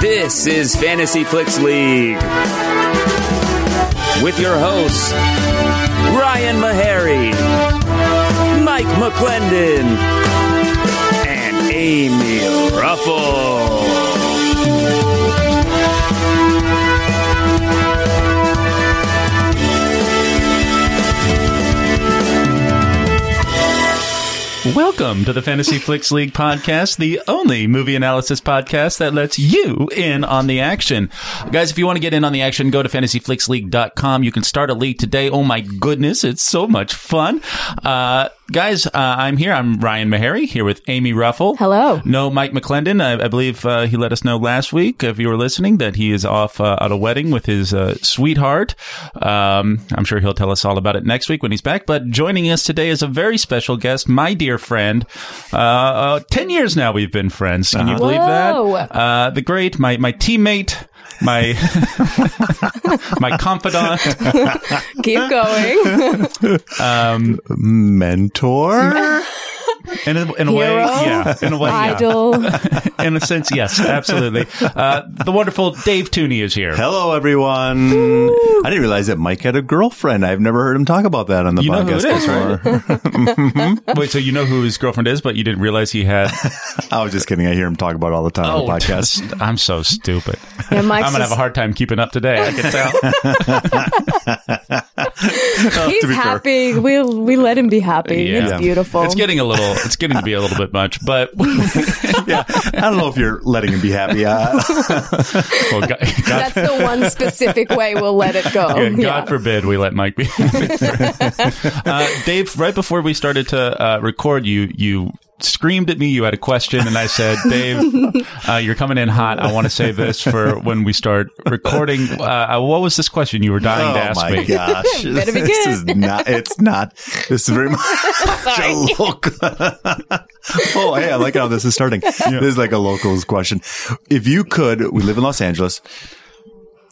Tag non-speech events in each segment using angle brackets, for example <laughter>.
This is Fantasy Flicks League with your hosts, Ryan Meharry, Mike McClendon, and Amy Ruffle. Welcome to the Fantasy Flicks League podcast, the only movie analysis podcast that lets you in on the action. Guys, if you want to get in on the action, go to fantasyflicksleague.com. You can start a league today. Oh my goodness, it's so much fun. Uh, guys, uh, I'm here. I'm Ryan Meharry here with Amy Ruffle. Hello. No, Mike McClendon. I, I believe uh, he let us know last week, if you were listening, that he is off uh, at a wedding with his uh, sweetheart. Um, I'm sure he'll tell us all about it next week when he's back. But joining us today is a very special guest, my dear friend. Uh, uh, Ten years now we've been friends. Can you believe Uh-huh. Whoa. that? Uh, the great, my my teammate. My <laughs> my confidant, <laughs> Keep going. <laughs> mentor. in a, in a way, Hero? yeah, in a way, yeah. <laughs> Idol. in a sense, yes, absolutely. Uh, the wonderful Dave Tooney is here. Hello, everyone. I didn't realize that Mike had a girlfriend. I've never heard him talk about that on the You know who podcast it is, right? before. Wait, so you know who his girlfriend is, but you didn't realize he <laughs> had. I was just kidding. I hear him talk about it all the time Oh. on the <laughs> podcast. just- I'm so stupid. Yeah, I'm Mike's gonna have just- a hard time keeping up today. I can tell. He's to be fair. happy. We we let him be happy. Yeah. <laughs> It's beautiful. Oh, It's getting a little. It's getting to be a little bit much, <laughs> but yeah, I don't know if you're letting him be happy. Uh, well, God, God, <laughs> That's the one specific way we'll let it go. God Yeah. forbid we let Mike be. <laughs> uh, Dave, right before we started to uh, record, you you screamed at me. You had a question, and I <laughs> said, Dave, uh, you're coming in hot. I want to save this for when we start recording. Uh, what was this question you were dying to oh ask my me? gosh, <laughs> Better be this good. is not. It's not. This is <laughs> very much a local. <laughs> oh, hey, I like how this is starting. This is like a locals question. If you could, we live in Los Angeles.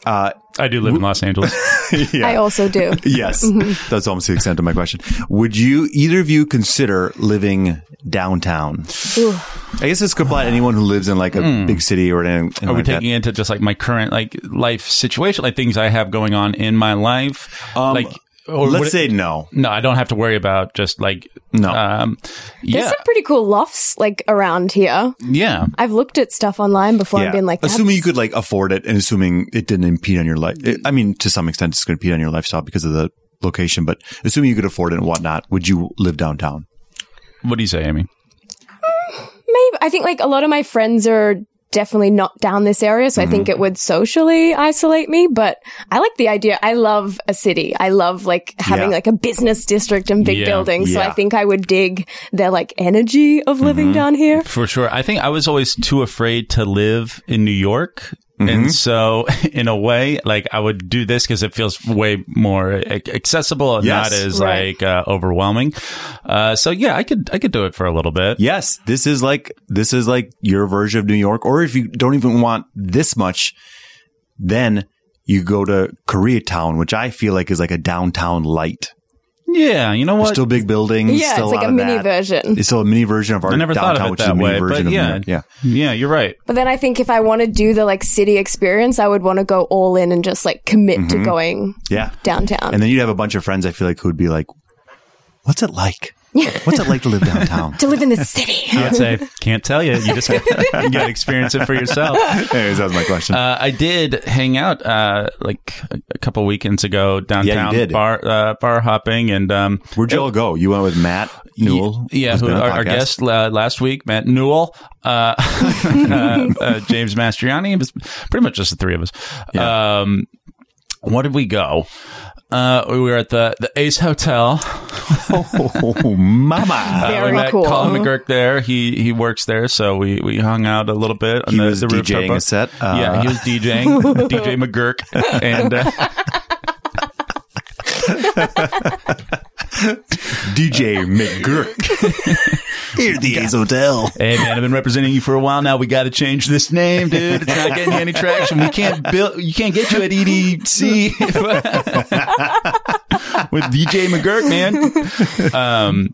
Uh, I do live in Los Angeles. yeah. I also do. Yes, Mm-hmm. that's almost the extent of my question. Would you, either of you, consider living downtown? Ooh. I guess this could apply to anyone who lives in like a big city or anything. Hmm. Are we like that. taking into just like my current like life situation, like things I have going on in my life? Um, like, or would Let's it- say no. no, I don't have to worry about just like No. Um, There's yeah, some pretty cool lofts like around here. yeah. I've looked at stuff online before and been like, that's- assuming you could like afford it, and assuming it didn't impede on your life. I mean, to some extent, it's going to impede on your lifestyle because of the location. But assuming you could afford it and whatnot, would you live downtown? What do you say, Amy? maybe I think like a lot of my friends are definitely not down this area, so I Mm-hmm. think it would socially isolate me. But I like the idea. I love a city. I love like having Yeah. like a business district and big Yeah. buildings. So Yeah. Mm-hmm. I think I would dig their like energy of living down here. For sure. I think I was always too afraid to live in New York. And so, <laughs> in a way, like I would do this because it feels way more a- accessible and Yes. not as Right. like uh, overwhelming. Uh, so yeah, I could I could do it for a little bit. Yes, this is like this is like your version of New York. Or if you don't even want this much, then you go to Koreatown, which I feel like is like a downtown light. Yeah, you know There's what? still big buildings. yeah, still it's like lot a of mini that. version. It's still a mini version of our I never downtown, thought of it which is a that mini way, version but of New yeah, York. Yeah. yeah, you're right. But then I think if I want to do the like city experience, I would want to go all in and just like commit to going Mm-hmm. Yeah. downtown. And then you'd have a bunch of friends I feel like who would be like, What's it like? What's it like to <laughs> live downtown? to live in the city. I would say can't tell you. <laughs> You just got to experience it for yourself. Anyways, that was my question. Uh, I did hang out uh, like a, a couple weekends ago downtown, did. bar uh, bar hopping, and um, Where'd you all go? You went with Matt Newell. Ye- Yeah, who's who, been on our, the our podcast. guest uh, last week, Matt Newell, uh, <laughs> uh, uh, James Mastriani. It was pretty much just the three of us. Um, where did we go? Uh, we were at the, the Ace Hotel. <laughs> Oh, <laughs> mama. Uh, we Very met oh, cool. Uh-huh. Colin McGurk there. He he works there, so we, we hung out a little bit. On He the, was the rooftop DJing bar. a set. Uh, yeah, <laughs> he was DJing <laughs> DJ McGurk, and uh, DJ McGurk. <laughs> Here at the Ace Hotel. Hey man, I've been representing you for a while now. We got to change this name, dude. It's not getting you any traction. We can't build. You can't get you at E <laughs> EDC with DJ McGurk, man. Um,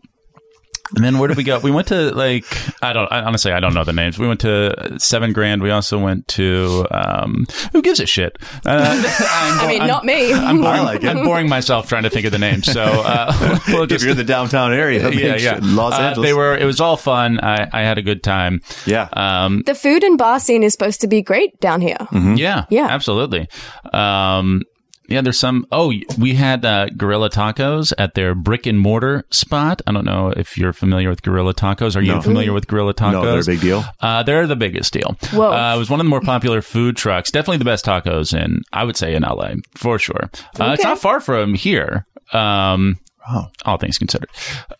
And then where did we go? We went to like I don't I, honestly I don't know the names. We went to Seven Grand. We also went to um, who gives a shit? Uh, I'm- I mean, I'm- not me. I'm boring, <laughs> I like it. I'm boring myself trying to think of the names. So uh, <laughs> we'll if just you're in the downtown area, I mean, <laughs> yeah yeah shit, Los Uh, Angeles. they were it was all fun. I, I had a good time. yeah. Um, the food and bar scene is supposed to be great down here. yeah Yeah. absolutely. Um, yeah, there's some. Oh, we had uh, Gorilla Tacos at their brick and mortar spot. I don't know if you're familiar with Gorilla Tacos. Are you No. familiar with Gorilla Tacos? no, they're a big deal. Uh, they're the biggest deal. Whoa. Uh, it was one of the more popular food trucks. Definitely the best tacos in, I would say, in LA for sure. Uh, It's Okay. not far from here. Um, Oh. all things considered.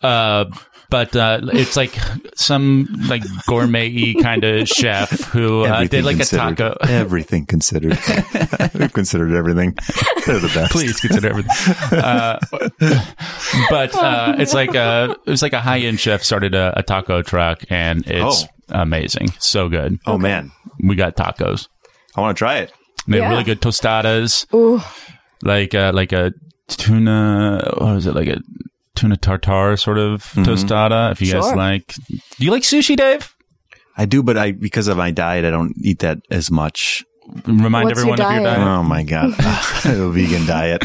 Uh, but uh, it's like some like gourmet kind of chef who uh, did like a considered. taco. <laughs> Everything considered. We've considered everything. They're the best. Please consider everything. Uh, but uh, it's like a, it was like a high end chef started a, a taco truck and it's Oh. amazing. So good. Oh man, We got tacos. I want to try it. They Yeah. have really good tostadas, Ooh, like uh, like a tuna. What is it? Like a tuna tartare sort of Mm-hmm. tostada. If you guys Sure. like, do you like sushi, Dave? I do, but I because of my diet, I don't eat that as much. Remind What's your everyone of your diet? diet. Oh my god, <laughs> the <laughs> vegan diet.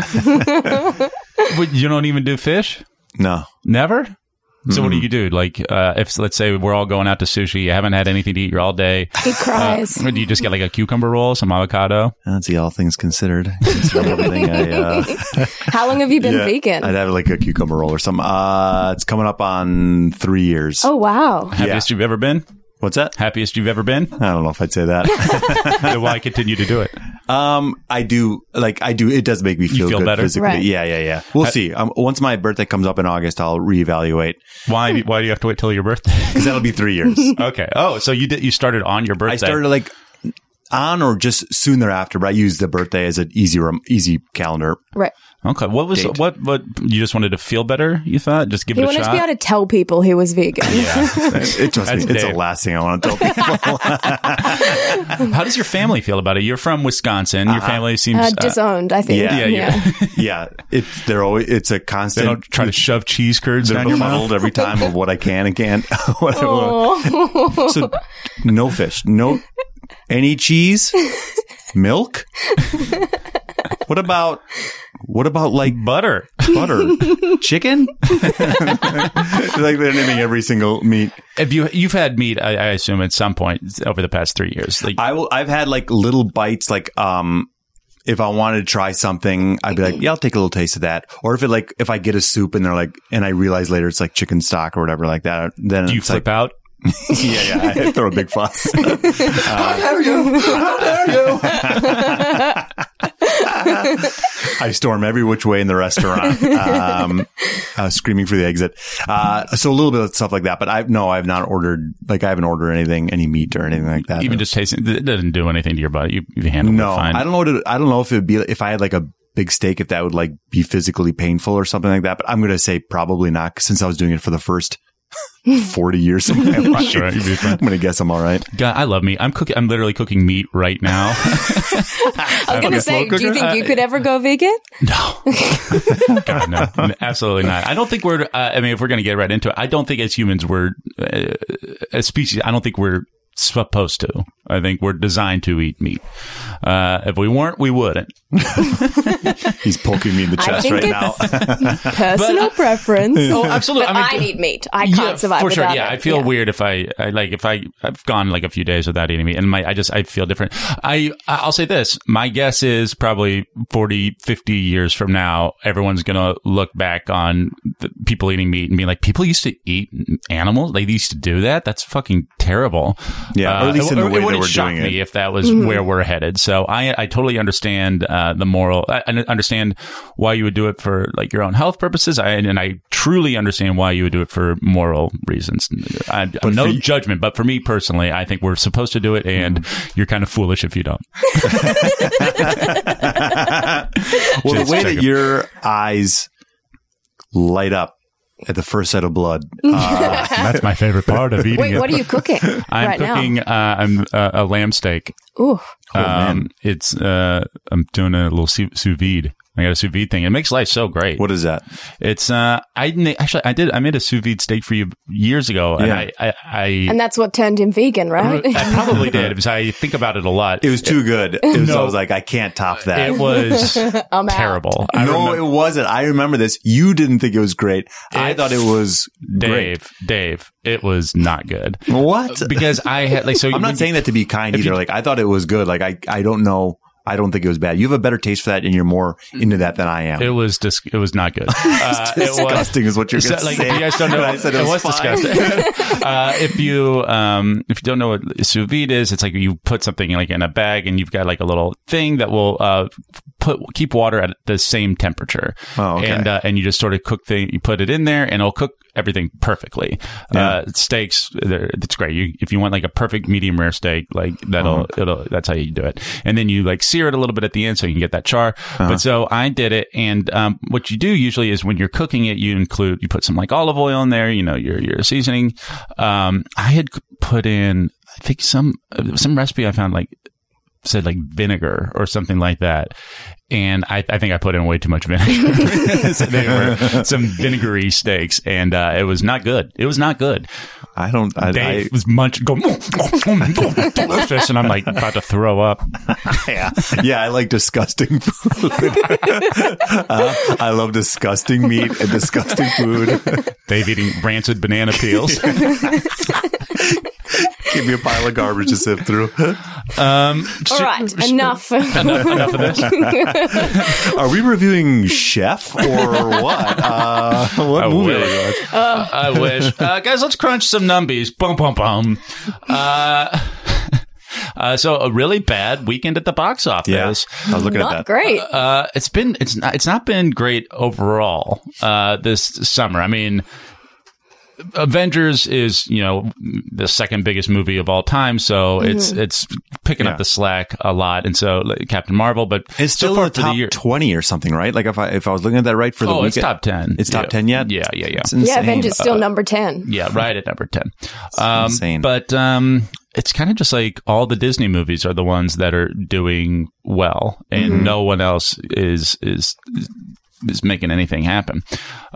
Wait, you don't even do fish. No, Never. So what do you do? Like, uh, if let's say we're all going out to sushi, you haven't had anything to eat, you're all day. he Uh, <laughs> cries. do you just get like a cucumber roll, some avocado? that's the all things considered. Consider everything I, uh, How long have you been yeah, vegan? I'd have like a cucumber roll or something. Uh, it's coming up on three years. oh wow. Happiest you've ever been? What's that? Happiest you've ever been? <laughs> I don't know if I'd say that. <laughs> then why continue to do it? um, I do like I do. It does make me feel, feel good better? physically. Right. Yeah, yeah, yeah. We'll see. Um, once my birthday comes up in August, I'll reevaluate Why? Why do you have to wait till your birthday? <laughs> because that'll be <laughs> three years. okay. Oh, so you did. You started on your birthday. I started like on or just soon thereafter, but I used the birthday as an easy rem- easy calendar. Right. Okay. What was date. what what you just wanted to feel better? You thought just give He it a wanted to shot. be able to tell people he was vegan. It, trust me, That's it's the Dave. last thing I want to tell <laughs> people. How does your family feel about it? You're from Wisconsin. Uh-huh. Your family seems Uh, uh, disowned, I think. yeah, yeah, yeah. <laughs> yeah, it, they're always it's a they don't constant. try to shove cheese curds They're down your mouth. befuddled every time of what I can and can't. <laughs> what I want. Oh. So no fish, no any cheese, milk. What about what about like Butter. butter, chicken? <laughs> like they're naming every single meat. If you you've had meat, I, I assume at some point over the past three years. Like, I will. I've had like little bites. Like, um, if I wanted to try something, I'd be like, yeah, I'll take a little taste of that. Or if it like, if I get a soup and they're like, and I realize later it's like chicken stock or whatever like that, then do you it's flip out? like, <laughs> yeah, yeah, I throw a big fuss. How dare <laughs> you? How dare you? I storm every which way in <laughs> the restaurant, um, uh, screaming for the exit. Uh, so a little bit of stuff like that. But I no, I've not ordered. Like, I haven't ordered anything, any meat or anything like that. Even just tasting it doesn't do anything to your body. You, you handle no, it fine. I don't know. What it, I don't know if it'd be if I had like a big steak, if that would like be physically painful or something like that. But I'm gonna say probably not, 'cause since I was doing it for <laughs> the first forty years of my life. Sure, you'd be fine. I'm gonna guess I'm all right. God, I love meat. I'm cooking. I'm literally cooking meat right now. <laughs> I was going to say, do you think Uh, you could ever go vegan? No. God, no. Absolutely not. I don't think we're, uh, I mean, if we're going to get right into it, I don't think as humans we're, uh, a species, I don't think we're supposed to. I think we're designed to eat meat. Uh, if we weren't, we wouldn't. He's poking me in the I chest think right now. it's <laughs> uh, <laughs> personal preference. Oh, absolutely. But <laughs> I, need meat. I can't survive for sure. without Yeah, it. I feel weird if I, I like if I I've gone like a few days without eating meat, and my I just I feel different. I I'll say this: my guess is probably 40, 50 years from now, everyone's gonna look back on the people eating meat and be like, people used to eat animals. They used to do that. That's fucking terrible. Yeah, or at least in it- the Uh, it way that wouldn't we're shock doing me it. if that was Mm-hmm. where we're headed. So I, I totally understand uh, the moral. I, I understand why you would do it for like your own health purposes. I, and I truly understand why you would do it for moral reasons. I, no for you- judgment, but for me personally, I think we're supposed to do it, and Mm-hmm. you're kind of foolish if you <laughs> don't. Well, Just the check way that him. your eyes light up at the first sight of blood. Uh, That's my favorite part of eating Wait, what are you cooking <laughs> I'm right cooking. Uh, I'm uh, a lamb steak. Oh, now? Ooh, um, it's uh, I'm doing a little sous sous vide. I got a sous vide thing. It makes life so great. What is that? It's uh, I na- actually I did I made a sous vide steak for you years ago, and Yeah. I I, I, And that's what turned him vegan, right? I probably did because I think about it a lot. It was too good. It was, No. I was like, I can't top that. It was <laughs> I'm out. terrible. I no, remember- it wasn't. I remember this. You didn't think it was great. I It's thought it was great. Dave, Uh, Dave, it was not good What? because I had like so. I'm not saying that to be kind either. like I thought it was good. Like I, I don't know. I don't think it was bad. You have a better taste for that, and you're more into that than I am. it was dis- it was not <laughs> good. Uh, it was disgusting is what you're So, going to like say. if you guys don't know, And <laughs> I said it, was, fine. disgusting. <laughs> uh, if you um, if you don't know what sous vide is, it's like you put something like in a bag and you've got like a little thing that will uh, put keep water at the same temperature. Oh, okay. and uh, and you just sort of cook thing. You put it in there and it'll cook everything perfectly. Uh, steaks, they're- it's great. You if you want like a perfect medium rare steak, like that'll it'll that's how you do it. And then you like sear it a little bit at the end so you can get that char. But so I did it, and um, what you do usually is when you're cooking it, you include you put some like olive oil in there, you know your your seasoning. Um, I had put in I think some uh, some recipe I found like said like vinegar or something like that. And I, I think I put in way too much vinegar. <laughs> so they were some vinegary steaks, and uh, it was not good. It was not good. I don't. I, Dave was munching, going delicious, and I'm like about to throw up. I, yeah, yeah. I like disgusting food. <laughs> Uh, I love disgusting meat and disgusting food. <laughs> Dave eating rancid banana peels. Give me a pile of garbage to sift through. Um, All right, enough. enough of this. Are we reviewing Chef or what? Uh, what I movie? wish. Are we watching? I wish. Uh, guys, let's crunch some numbies. Bum, bum, bum. Uh, <laughs> uh, so a really bad weekend at the box office. Yeah, I was looking Not at that. great. Uh, it's been it's not it's not been great overall uh, this summer. I mean, Avengers is you know the second biggest movie of all time, so it's it's picking Mm-hmm. Yeah. up the slack a lot, and so like, Captain Marvel, but It's still so far in the for top the year. twenty or something, right? Like if I if I was looking at that right for the Oh, it's weekend- top ten. It's top Yeah. ten yet. Yeah, yeah, yeah. It's yeah, insane. Avengers still Uh, number 10. Yeah, right at number 10. Um, insane. But um, it's kind of just like all the Disney movies are the ones that are doing well, and no one else is is is making anything happen.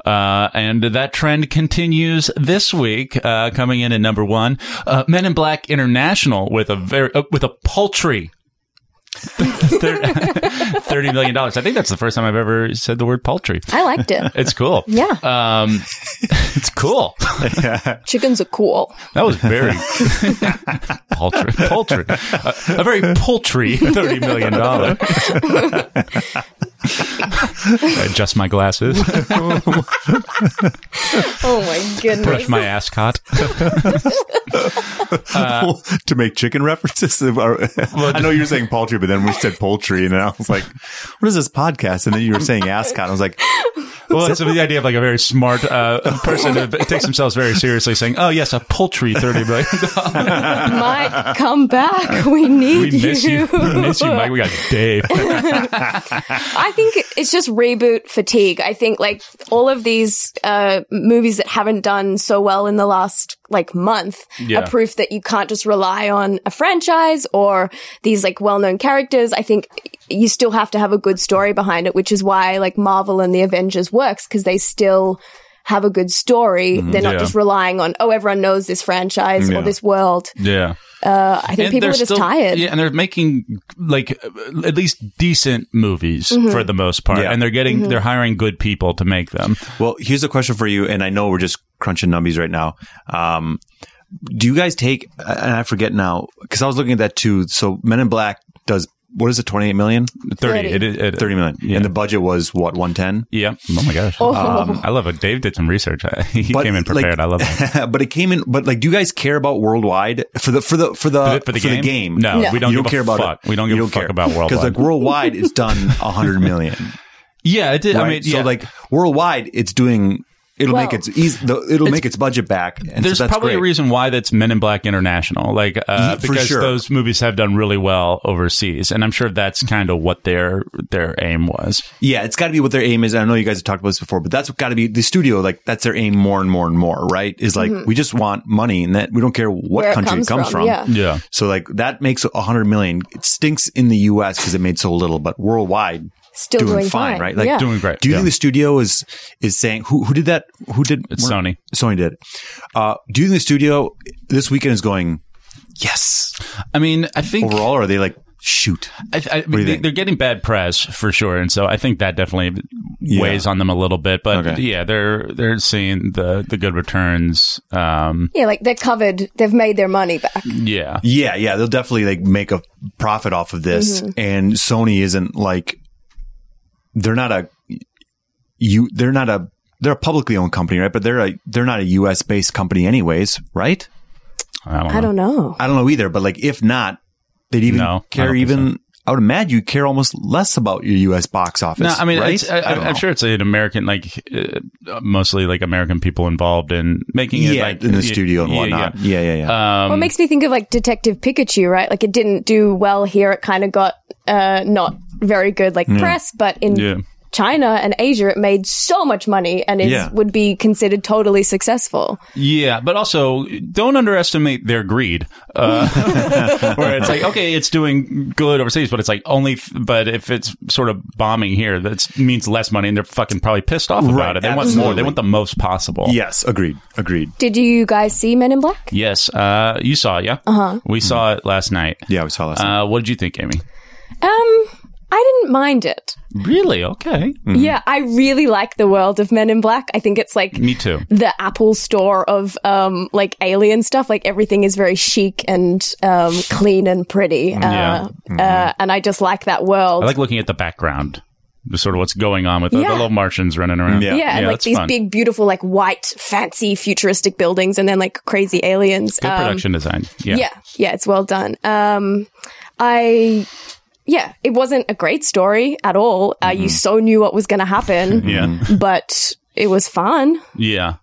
Uh, and that trend continues this week, uh, coming in at number one, uh, Men in Black International with a very uh, with a paltry. thir- <laughs> Thirty million dollars. I think that's the first time I've ever said the word paltry. I <laughs> liked it. It's cool. Yeah. Um, it's cool. Chickens are cool. That was <laughs> very paltry, paltry, uh, a very paltry thirty million dollar. Adjust my glasses, Oh my <laughs> goodness. brush my ascot. uh, <laughs> to make chicken references. <laughs> of our- I know you're saying poultry, but then we said poultry, and I was like, "What is this podcast?" And then you were saying ascot. I was like, Well, it's the idea of like a very smart uh, person who takes themselves very seriously, saying, "Oh yes, a paltry thirty million <laughs> dollar. <laughs> Mike, come back. <laughs> We need We miss you, <laughs> we miss you, Mike. We got Dave. <laughs> I think it's just reboot fatigue. I think like all of these uh, movies that haven't done so well in the last like month Yeah. are proof that you can't just rely on a franchise or these like well-known characters. I think you still have to have a good story behind it, which is why like Marvel and the Avengers works because they still have a good story. They're not Mm-hmm. yeah. just relying on oh everyone knows this franchise Yeah. or this world. Yeah. Uh, I think people they're are just still- tired. Yeah, and they're making like uh, at least decent movies Mm-hmm. for the most part, Yeah. and they're getting they're hiring good people to make them. "Well, here's a question for you." And I know we're just crunching numbies right now. Um, do you guys take? And I forget now because I was looking at that too. So Men in Black does what is it? Twenty eight million? Thirty. Thirty. It, it, it- Thirty million? Yeah. And the budget was what? One ten? <laughs> Yeah. Oh my gosh. Oh. I love it. Dave did some research. <laughs> he But, came in like- prepared. I love it. but it came in. But like, do you guys care about worldwide for the for the for the For the game? No, No, No. we don't you give a don't care about fuck. It. We don't give you a fuck about because worldwide. like worldwide <laughs> is done hundred million. <laughs> Yeah, it did. I right? mean, yeah. so like worldwide, it's doing. It'll Well- make its eas- the, it'll make its budget back. And there's so that's probably great. a reason why that's Men in Black International, like uh, Yeah, for because sure. those movies have done really well overseas, and I'm sure that's kind of what their their aim was. Yeah, it's got to be what their aim is. I know you guys have talked about this before, but that's what got to be the studio. Like that's their aim more and more and more. Right? Is like we just want money, and that we don't care what Mm-hmm. Where it country comes it comes from, from. yeah. Yeah. So like that makes a hundred million. It stinks in the U.S. because it made so little, but worldwide Still doing, doing fine, fine, right? Like, yeah. Doing great. do you Yeah. think the studio is is saying who who did that? Who did It's Sony. Sony did. it. Uh, do you think the studio this weekend is going? Yes. I mean, I think Overall, or are they like shoot? I, I, do you they, think? they're getting bad press for sure, and so I think that definitely Yeah. weighs on them a little bit. But Okay. yeah, they're they're seeing the the good returns. Um, Yeah, like they're covered. They've made their money back. yeah, Yeah, yeah, they'll definitely like make a profit off of this, Mm-hmm. and Sony isn't like they're not a you they're not a they're a publicly owned company, right? But they're a they're not a U.S. based company, anyways, right? I don't know. I don't know. I don't know either, but like if not, they'd even No, I care don't think even. I would imagine you care almost less about your U.S. box office. No, I mean, right? it's, I, I I don't I'm know. sure it's an American, like uh, mostly like American people involved in making it, yeah, like in the y- studio and yeah, Uh, whatnot. yeah. Yeah, yeah, yeah. Well, Um, it makes me think of like Detective Pikachu, right? Like it didn't do well here. It kind of got uh, not very good like press, but in Yeah. China and Asia, it made so much money and is, Yeah. would be considered totally successful. Yeah, but also don't underestimate their greed. Uh, <laughs> where it's like, okay, it's doing good overseas, but it's like only, f- but if it's sort of bombing here, that means less money, and they're fucking probably pissed off Right, about it. They want more. They absolutely. want the most possible. yes, agreed, agreed. Did you guys see Men in Black? Yes. Uh, you saw it, yeah. Uh huh. We saw it last night. Yeah, we saw last. night. Uh, what did you think, Amy? Um, I didn't mind it. Really? Okay. Mm. Mm-hmm. Yeah, I really like the world of Men in Black. I think it's like Me too. the Apple store of um like alien stuff. Like everything is very chic and um clean and pretty. Uh, Yeah. Mm-hmm. uh, and I just like that world. I like looking at the background, just sort of what's going on with the, the Yeah. little Martians running around. Yeah. yeah, and like that's these fun. big, beautiful, like white, fancy, futuristic buildings, and then like crazy aliens. Good Um, production design. Yeah. yeah, yeah, it's well done. Um, I, yeah, it wasn't a great story at all. Uh, You so knew what was going to happen. Mm-hmm. <laughs> Yeah. but it was fun. Yeah.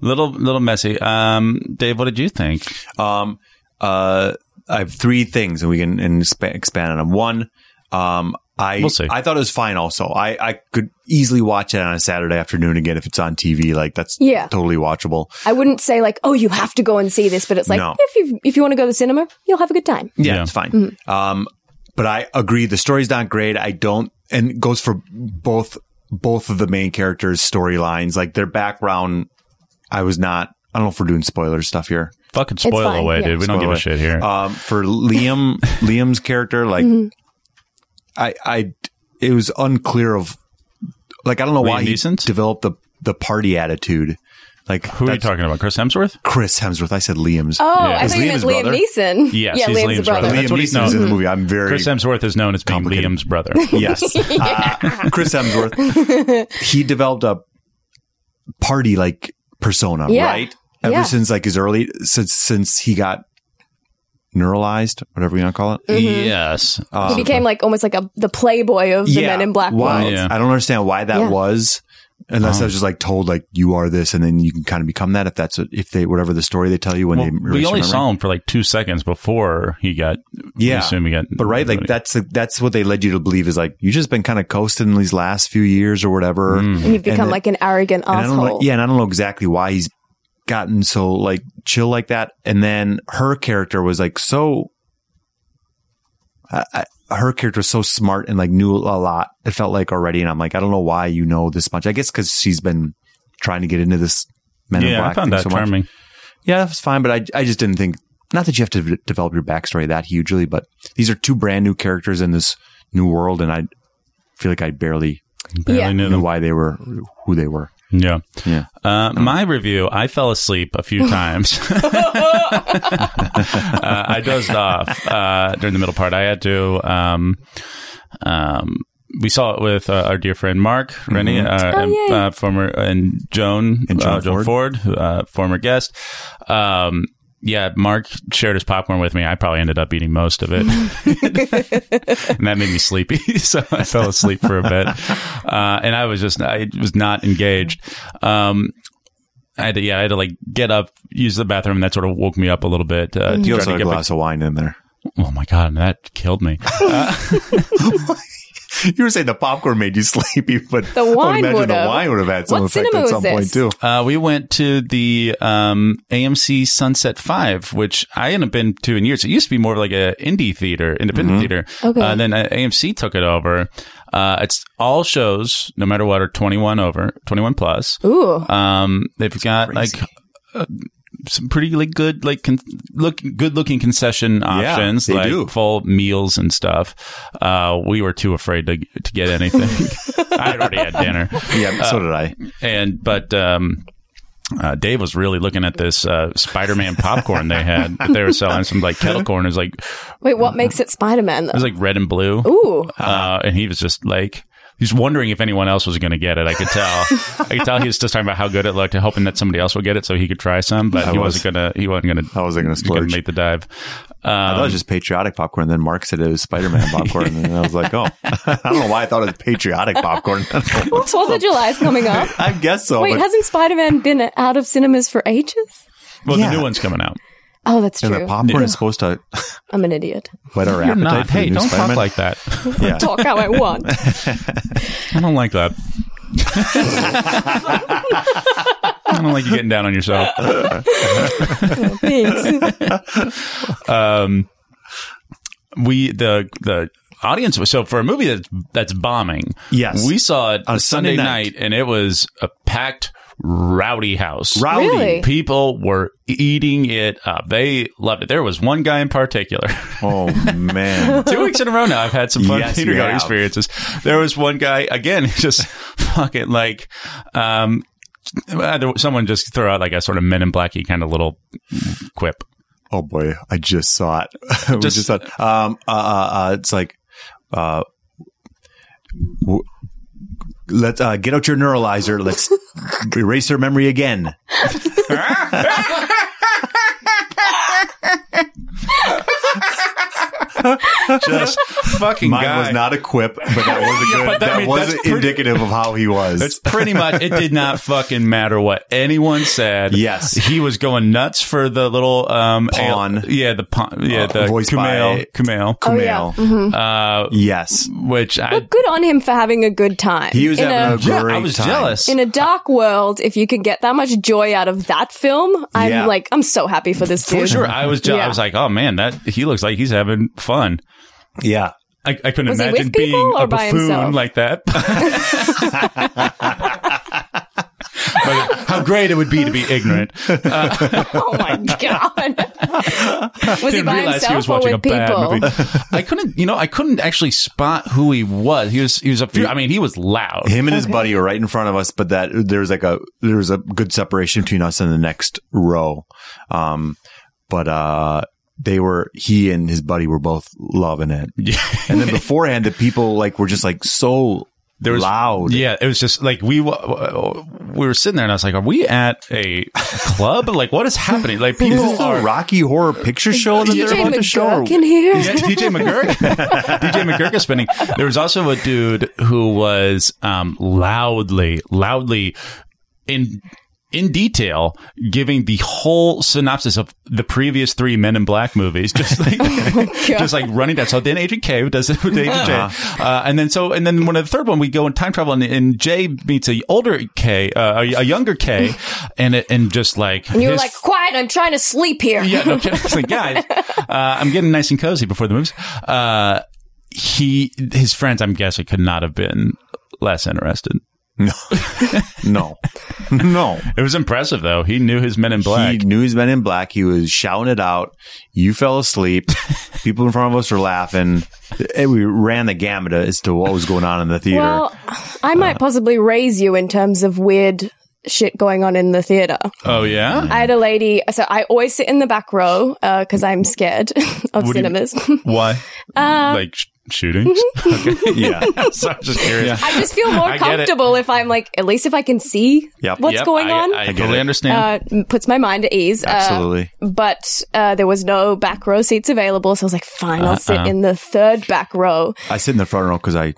Little little messy. Um, Dave, what did you think? Um, uh, I have three things, and we can and expa- expand on them. One, um, I We'll see. I thought it was fine. Also, I I could easily watch it on a Saturday afternoon again if it's on TV. Like that's Yeah. totally watchable. I wouldn't say like, oh, you have to go and see this, but it's like No. if you if you want to go to the cinema, you'll have a good time. Yeah, Yeah. it's fine. Um, but I agree. The story's not great. I don't, and it goes for both both of the main characters' storylines. Like their background, I was not. I don't know if we're doing spoiler stuff here. Fucking spoil fine, away, yeah. dude. We don't give Spoiler. a shit here. Um, for Liam, Liam's character, like I, I, it was unclear of, like I don't know why Liam he Neeson? developed the the party attitude. Like Who are you that's talking about? Chris Hemsworth? Chris Hemsworth. I said Liam's. Oh, Yeah. I Is thought Liam you meant his Liam brother? Neeson. Yes, yeah, he's Liam's, Liam's a brother. brother. <laughs> Liam that's what he's Neeson's known. in the movie. I'm very Chris Hemsworth is known as being Complicated. Mm-hmm. Liam's <laughs> brother. Yes. Uh, Chris Hemsworth. He developed a party like persona, Yeah. right? Ever Yeah. since like his early since since he got neuralized, whatever you want to call it. Um, Yes. Uh, He became like almost like a the playboy of the Men in Black Ah. Why? world. Yeah. Uh-huh. I don't understand why that Yeah. was. Unless I was just like told like you are this, and then you can kind of become that if that's what, if they whatever the story they tell you when Well, they we only saw him for like two seconds before he got. we Yeah. assume he got. But right, like that's that's what they led you to believe is like you just been kind of coasting these last few years or whatever. Mm-hmm. Mm. and you've become then- like an arrogant And I don't know, asshole. yeah, and I don't know exactly why he's gotten so like chill like that. And then her character was like so. I, I, her character was so smart and like knew a lot. It felt like already, and I'm like, I don't know why you know this much. I guess because she's been trying to get into this Men in Yeah, Black I found thing that so much. charming. Yeah, that's fine, but I I just didn't think. Not that you have to d- develop your backstory that hugely, but these are two brand new characters in this new world, and I feel like I barely Barely Yeah. knew knew them. why they were who they were. Yeah. Yeah. Uh, My review, I fell asleep a few times. <laughs> uh, I dozed off uh, during the middle part. I had to. Um, um, we saw it with uh, our dear friend Mark Rennie, uh, Oh, and, yay. uh, former and Joan, And Joan uh, Joan Ford, uh, former guest. Um, yeah, Mark shared his popcorn with me. I probably ended up eating most of it, and that made me sleepy. <laughs> so I fell asleep for a bit, uh, and I was just I was not engaged. Um, I had to, yeah, I had to like get up, use the bathroom, and that sort of woke me up a little bit. Uh, to Mm. Oh, You try also to had a get back- glass of wine in there. Oh my god, that killed me. Uh, <laughs> You were saying the popcorn made you <laughs> sleepy, but The I would wine imagine the would've. wine would have had some What effect cinema at was some point this? too. Uh, we went to the um, AMC Sunset Five, which I hadn't been to in years. It used to be more of like a indie theater, Mm-hmm. independent theater. Okay. Uh, then uh, AMC took it over. Uh, it's all shows, no matter what, are twenty one over, twenty one plus. Ooh. Uh, Um, they've got like uh, some pretty like good like con- look good looking concession options, they like do. full meals and stuff. Uh, we were too afraid to to get <laughs> anything. <laughs> I already had dinner, Yeah, so did I. and but. Um, uh, Dave was really looking at this uh, Spider-Man popcorn they had. that they were selling some like kettle corn. It was like it Wait, what makes it Spider <laughs> Man though? was like red and blue. Ooh. Uh-huh. Uh, and he was just like, he was wondering if anyone else was going to get it. I could <laughs> tell. I could tell he was just talking about how good it looked, and hoping that somebody else would get it so he could try some. But I he was. was. not gonna. He wasn't gonna. I wasn't gonna gonna splurge. make the dive. I thought it was just patriotic popcorn. Then Mark said it was Spider <laughs> Man popcorn, and I was like, "Oh, <laughs> I don't know why I thought it was patriotic popcorn." <laughs> Fourth of July's coming up. I guess so. Wait, Oh, but hasn't Spider Man been out of cinemas for ages? Well, Yeah. the new one's coming out. Oh, that's and true. the popcorn is supposed to I'm an idiot. whet our You're appetite. not. for the Hey, new don't Spider-Man. talk like that. <laughs> Yeah. Talk how I <laughs> want. I don't like that. I don't like you getting down on yourself. Thanks. um, we the the audience was so for a movie that's that's bombing. Yes. we saw it On on Sunday, Sunday night. night. and it was a packed, rowdy house. Rowdy. Really? People were eating it up. They loved it. There was one guy in particular. <laughs> Oh man. <laughs> Two weeks in a row now, I've had some fun Yes, you kindergarten have. experiences. There was one guy again, <laughs> just fucking like, um, either- someone just threw out like a sort of Men in Blacky kind of little <laughs> quip. Oh boy, I just saw it. <laughs> we just, Just- saw it. Um, uh, uh, uh, it's like, uh, w- let's uh, get out your neuralizer. Let's <laughs> erase her memory again. <laughs> just Fucking mine guy. was not a quip, but that wasn't <laughs> good. but that that mean- that's wasn't pretty- indicative of how he was. It's pretty much. It did not fucking matter what anyone said. Yes. he was going nuts for the little um Pawn. Uh, al- yeah, the pawn. Yeah, the voiced Kumail. by- Kumail. Oh, yeah. Kumail. Uh, Yes, which I Good on him for having a good time. he was in having a, a, yeah, great I was time. jealous. in a dark world, if you can get that much joy out of that film, I'm Yeah. like, I'm so happy for this dude. for sure, I was. Je- Yeah. I was like, oh man, that he looks like he's having fun. Yeah, I, I couldn't Was he with imagine people being or a by buffoon himself? like that. <laughs> but how great it would be to be ignorant. <laughs> oh my <laughs> god! was he didn't by realize himself he was or watching a with people? bad movie. I couldn't, you know, I couldn't actually spot who he was. He was, he was a few. I mean, he was loud. Him and his buddy are right in front of us, but that there's like a there's a good separation between us and the next row. Um, but uh, they were he and his buddy were both loving it, and then beforehand the people like were just like so There was- loud. Yeah, it was just like we wa- we were sitting there, and I was like, "Are we at a club? like, what is happening? Like, Is people this the are." Rocky Horror Picture Show that they're DJ about to show? McGurk in here. Yeah, DJ McGurk. DJ McGurk is spinning. There was also a dude who was um, loudly, loudly in in detail giving the whole synopsis of the previous three Men in Black movies, <laughs> just like Oh just like running down. So then Agent K does it with Agent J, uh, and then so and then when the third one we go in time travel and, and J meets a older K, uh, a, a younger K, and it, and just like <laughs> And you were his like, quiet, I'm trying to sleep here. <laughs> yeah, no kidding. It's like, guys, uh, I'm getting nice and cozy before the movies. Uh, he, his friends, I'm guessing, could not have been less interested. <laughs> No, <laughs> no. It was impressive, though. He knew his Men in Black. He knew he's Men in Black. He was shouting it out. You fell <laughs> asleep. People in front of us were laughing. And we ran the gamut as to what was going on in the theater. <laughs> Well, I might possibly raise you in terms of weird shit going on in the theater. oh yeah, I had a lady, so I always sit in the back row because I'm scared <laughs> of What do you- cinemas. <laughs> why? Um, like sh- shootings? <laughs> Mm-hmm. yeah. so I'm just curious. I just feel <laughs> more I get it. comfortable if I'm like, at least if I can see Yep. what's Yep, going I- on. I, get totally it. understand. uh, puts my mind at ease. Uh, Absolutely. but uh, there was no back row seats available, so I was like, fine, I'll sit Uh-uh. in the third back row. I sit in the front row because I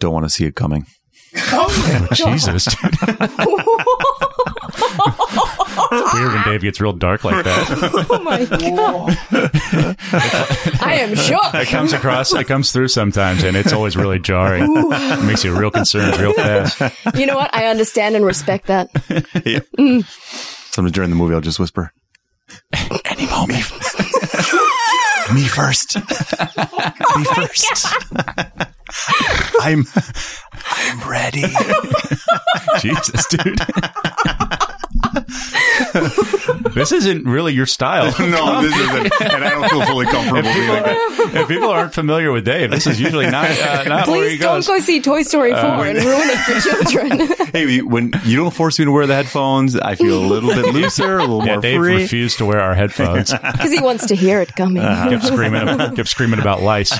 don't want to see <laughs> it coming. Jesus, dude. Weird when Dave gets real dark like <laughs> that. Oh my god! I am <laughs> It shook. comes across, it comes through sometimes, and it's always really jarring. It makes you real concerned real <laughs> fast. You know what? I understand and respect that. Yeah. Sometimes during the movie, I'll just whisper, "Any moment." <laughs> Me first. Me first. I'm. I'm ready. Jesus, dude. <laughs> this isn't really your style. <laughs> no, this isn't, and I don't feel fully comfortable being like that. If people aren't familiar with Dave, this is usually not, uh, not where he Please don't goes. go see Toy Story 4 Uh, and ruin it <laughs> for children. Hey, when you don't force me to wear the headphones, I feel a little <laughs> bit looser, a little yeah, more Dave free. refused to wear our headphones. Because he wants to hear it coming. kept screaming, ab- kept screaming about lice.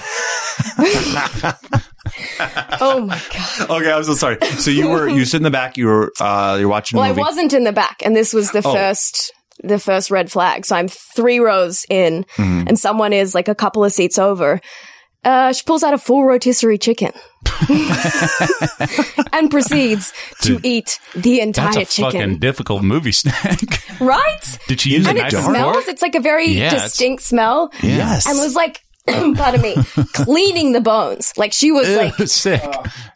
Oh my god. okay, I'm so sorry. So you were you sit in the back. You were uh, you're watching. Well, a I movie. wasn't in the back, and this was Oh. the first the first red flag. So I'm three rows in, Mm-hmm. and someone is like a couple of seats over. Uh, she pulls out a full <laughs> rotisserie chicken and proceeds to eat the That's entire a fucking chicken. difficult movie snack. <laughs> right? Did she use a and it knife and fork? smells. It's like a very Yeah, it's- distinct smell. Yes. And was like, <clears throat> pardon me, cleaning the bones. Like she was like Ew, sick.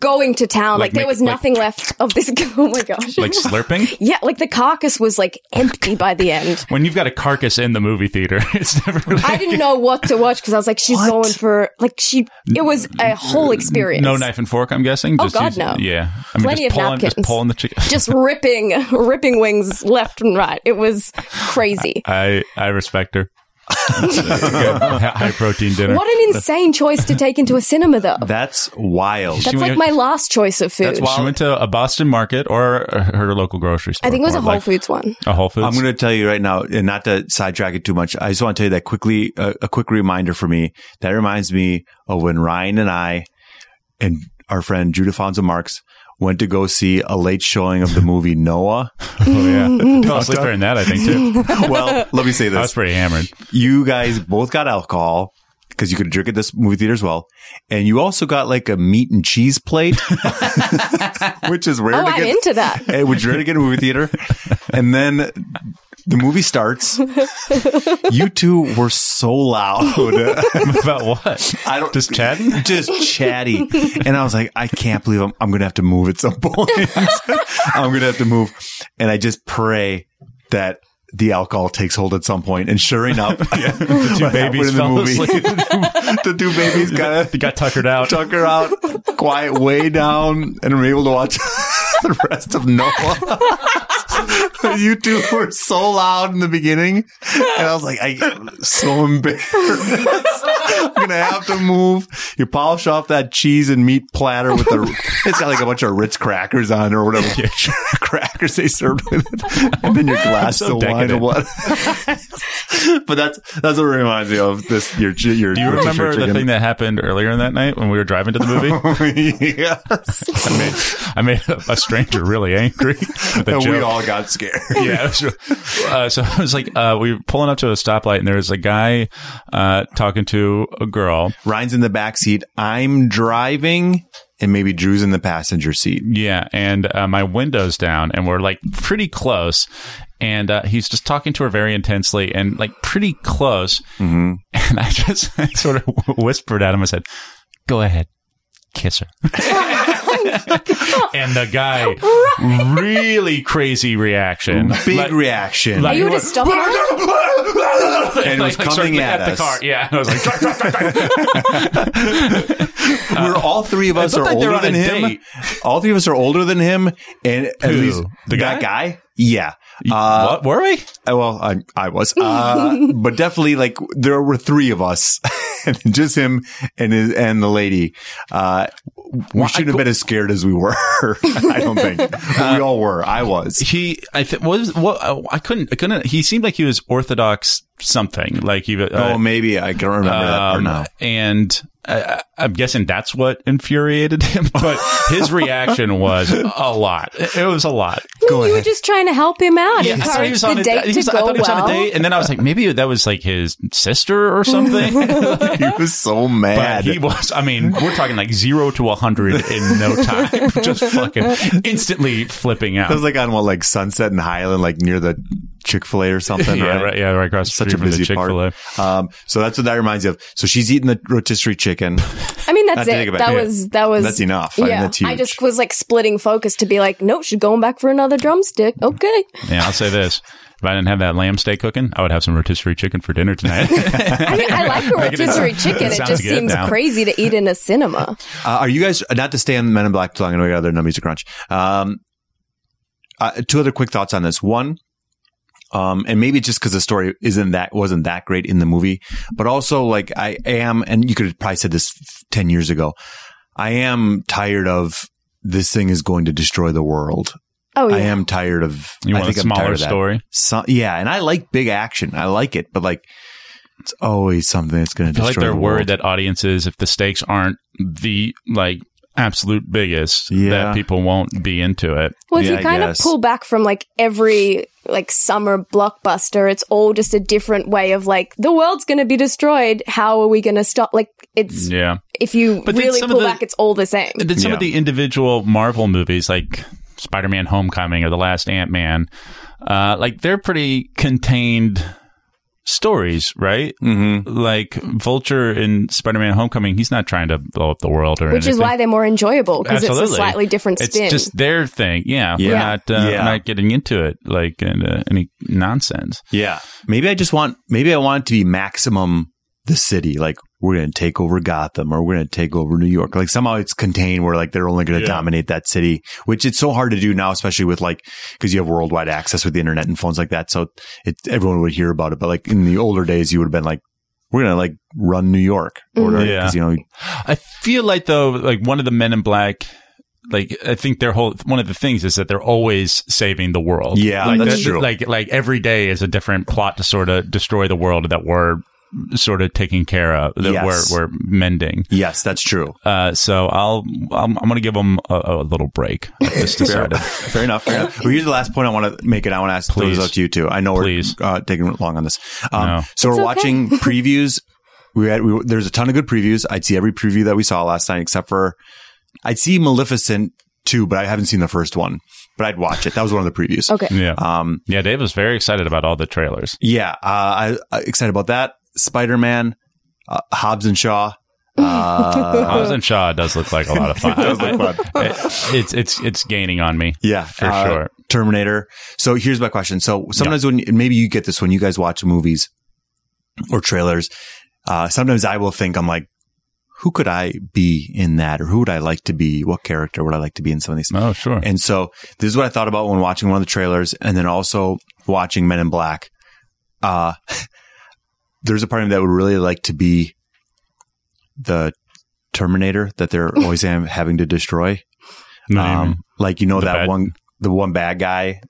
going to town. Like, Like there make- was like- nothing left of this. <laughs> Oh my gosh. like slurping. yeah, like the carcass was like empty by the end. When you've got a carcass in the movie theater, <laughs> it's never. Really, I didn't know what to watch because I was like, she's going for like she. It was a whole experience. no knife and fork. I'm guessing. Oh, God, no. Yeah, I mean, Plenty just of pulling, napkins. Just pulling the chicken. Just ripping, <laughs> ripping wings left and right. It was crazy. I I respect her. Good. High protein dinner. What an insane choice to take into a cinema, though. That's wild. That's She like went- my last choice of food. She went to a Boston market or her local grocery store. I think it was or a Whole like Foods one. A Whole Foods. I'm going to tell you right now, and not to sidetrack it too much. I just want to tell you that quickly. Uh, a quick reminder for me that reminds me of when Ryan and I and our friend Judah Fonza Marks went to go see a late showing of the movie Noah. oh yeah, <laughs> I was during that. I think <laughs> too. well, let me say I was this: pretty hammered. you guys both got alcohol. Because you could drink at this movie theater as well, and you also got like a meat and cheese plate, <laughs> which is rare Oh, to I'm get. into that. <laughs> Hey, would you rather get a movie theater? And then the <laughs> movie starts. You two were so <laughs> loud. <laughs> About what? I don't Just chatting? <laughs> Just chatty. And I was like, I can't believe I'm, I'm going to have to move at some <laughs> point. I'm going to have to move. And I just pray that the alcohol takes hold at some point. And sure <laughs> enough, the Two babies fell asleep. <laughs> the two babies got They got tuckered out. Tucker out, quiet way down, and I'm able to watch <laughs> the rest of Noah. <laughs> you two were so loud in the beginning, and I was like, I so embarrassed. <laughs> I'm gonna have to move. You polish off that cheese and meat platter with the. It's got like a bunch of Ritz crackers on it or whatever <laughs> crackers they served with it, and then your glass So of wine decadent. and what. <laughs> but that's that's what it reminds me of this. Your chi- your. Do you remember the thing that happened earlier in that night when we were driving to the <laughs> movie? yes. I made, I made a, a stranger really angry. <laughs> with a and we joke. all got scared. yeah. it was real- uh, so <laughs> I was like, uh, we were pulling up to a stoplight, and there was a guy uh, talking to a girl. Ryan's in the back seat. I'm driving, and maybe Drew's in the passenger seat. Yeah, and uh, my window's down, and we're like pretty close. And uh, he's just talking to her very intensely and like pretty close. Mm-hmm. <laughs> And I just I sort of whispered at him. I said, "Go ahead, kiss <laughs> her." and the guy, really crazy reaction, Big Like- reaction. like- Are you to stop it? and it was like, coming started at, the us. car. Yeah, I was like, "Drive, drive, drive." We're all three of us looked are like they were older on than a him. date. All three of us are older than him, and at Who? least The that guy. Yeah. Uh, "What were we?" well, I, <laughs> I was, uh, but definitely like there were three of us, <laughs> and just him and his, and the lady. Uh, we shouldn't have been as scared as we were. <laughs> I don't think we all were. I was. he i th- was what uh, i couldn't i couldn't he seemed like he was orthodox something like he uh, oh, maybe I can remember that part um, now. and I, I- i'm guessing that's what infuriated him <laughs> but his reaction was a lot it it was a lot Go You were ahead. just trying to help him out. Yeah, I thought he Encourage was the on a date he to was- I go thought he was well. on a date, and then I was like, maybe that was like his <laughs> sister or something. he was so But mad. he was, I mean, we're talking like zero to a hundred in no time, <laughs> just fucking instantly flipping out. that was like on what, like Sunset and Highland, like near the Chick Fil A or <laughs> something. yeah, right? right, yeah, right across the Such street a from the busy Chick Fil A. part. Um, so that's what that reminds you of. So she's eating the rotisserie chicken. I mean, that's Not to it. think about That it. was that was That's enough. I mean, that's I huge. just was like splitting focus to be like, no, she's going back for another drumstick. Okay, Yeah, I'll say this: if I didn't have that lamb steak cooking, I would have some rotisserie chicken for dinner tonight. I <laughs> mean, I like a Making it rotisserie sound- chicken. It sounds just good seems now. crazy to eat in a cinema. Uh, are you guys not to stay on Men in Black too long? I know we got other numbers to crunch. Um, uh, two other quick thoughts on this. One, um, and maybe just because the story isn't that wasn't that great in the movie, but also like I am, and you could have probably said this f- ten years ago. I am tired of this thing is going to destroy the world. Oh yeah, I am tired of. You I want a think I'm tired smaller of that. story? So, yeah, and I like big action. I like it, but like it's always something that's going to I feel destroy like they're the worried world. that audiences, if the stakes aren't the like absolute biggest, Yeah. that people won't be into it. Well, if Yeah, you I kind of guess. pull back from like every like summer blockbuster, it's all just a different way of like the world's going to be destroyed. How are we going to stop? Like it's Yeah, if you But then really some of pull the- back, it's all the same. and then some of Yeah. the individual Marvel movies, like Spider-Man: Homecoming or The Last Ant-Man, uh, like they're pretty contained stories, right? Mm-hmm. Like Vulture in Spider-Man: Homecoming, he's not trying to blow up the world or Which anything. is why they're more enjoyable because it's a Absolutely. slightly different spin. It's just their thing. Yeah, we're Yeah. not uh, Yeah. we're not getting into it like in, uh, any nonsense. Yeah. Maybe I just want, maybe I want it to be maximum the city. Like, we're going to take over Gotham or we're going to take over New York. Like, somehow it's contained where, like, they're only going to Yeah. dominate that city, which it's so hard to do now, especially with, like, because you have worldwide access with the internet and phones like that. So it, everyone would hear about it. But, like, in the older days, you would have been like, we're going to, like, run New York. Or, Mhm. 'cause, you know, I feel like though, like one of the Men in Black. Like I think their whole one of the things is that they're always saving the world. Yeah, like, that's that- true. Like like every day is a different plot to sort of destroy the world that we're sort of taking care of that Yes. we're we're mending. yes, that's true. Uh, so I'll I'm, I'm gonna give them a, a little break. I <laughs> just Fair, decided. <laughs> fair enough. Fair enough. Well, here's the last point I want to make, and I want to ask Please. those up to you too. I know Please. we're uh, taking long on this. Um, No. So It's we're okay. <laughs> watching previews. We had we, there's a ton of good previews. I'd see every preview that we saw last night, except for I'd see Maleficent too, but I haven't seen the first one. But I'd watch it. That was one of the previews. okay. yeah, Um, yeah. Dave was very excited about all the trailers. yeah, uh, I, I excited about that. Spider Man, uh, Hobbs and Shaw. <laughs> Uh, Hobbs and Shaw does look like a lot <laughs> of fun. does look fun. I- I- it's it's it's gaining on me. Yeah, uh, For sure. Terminator. So here's my question. So sometimes when maybe you get this when you guys watch movies or trailers, uh, sometimes I will think I'm like, who could I be in that, or who would I like to be? What character would I like to be in some of these? Oh, sure. And so this is what I thought about when watching one of the trailers, and then also watching Men in Black. Uh, <laughs> there's a part of me that would really like to be the Terminator that they're always <laughs> am- having to destroy. Um, like you know The that bad- one, the one bad guy.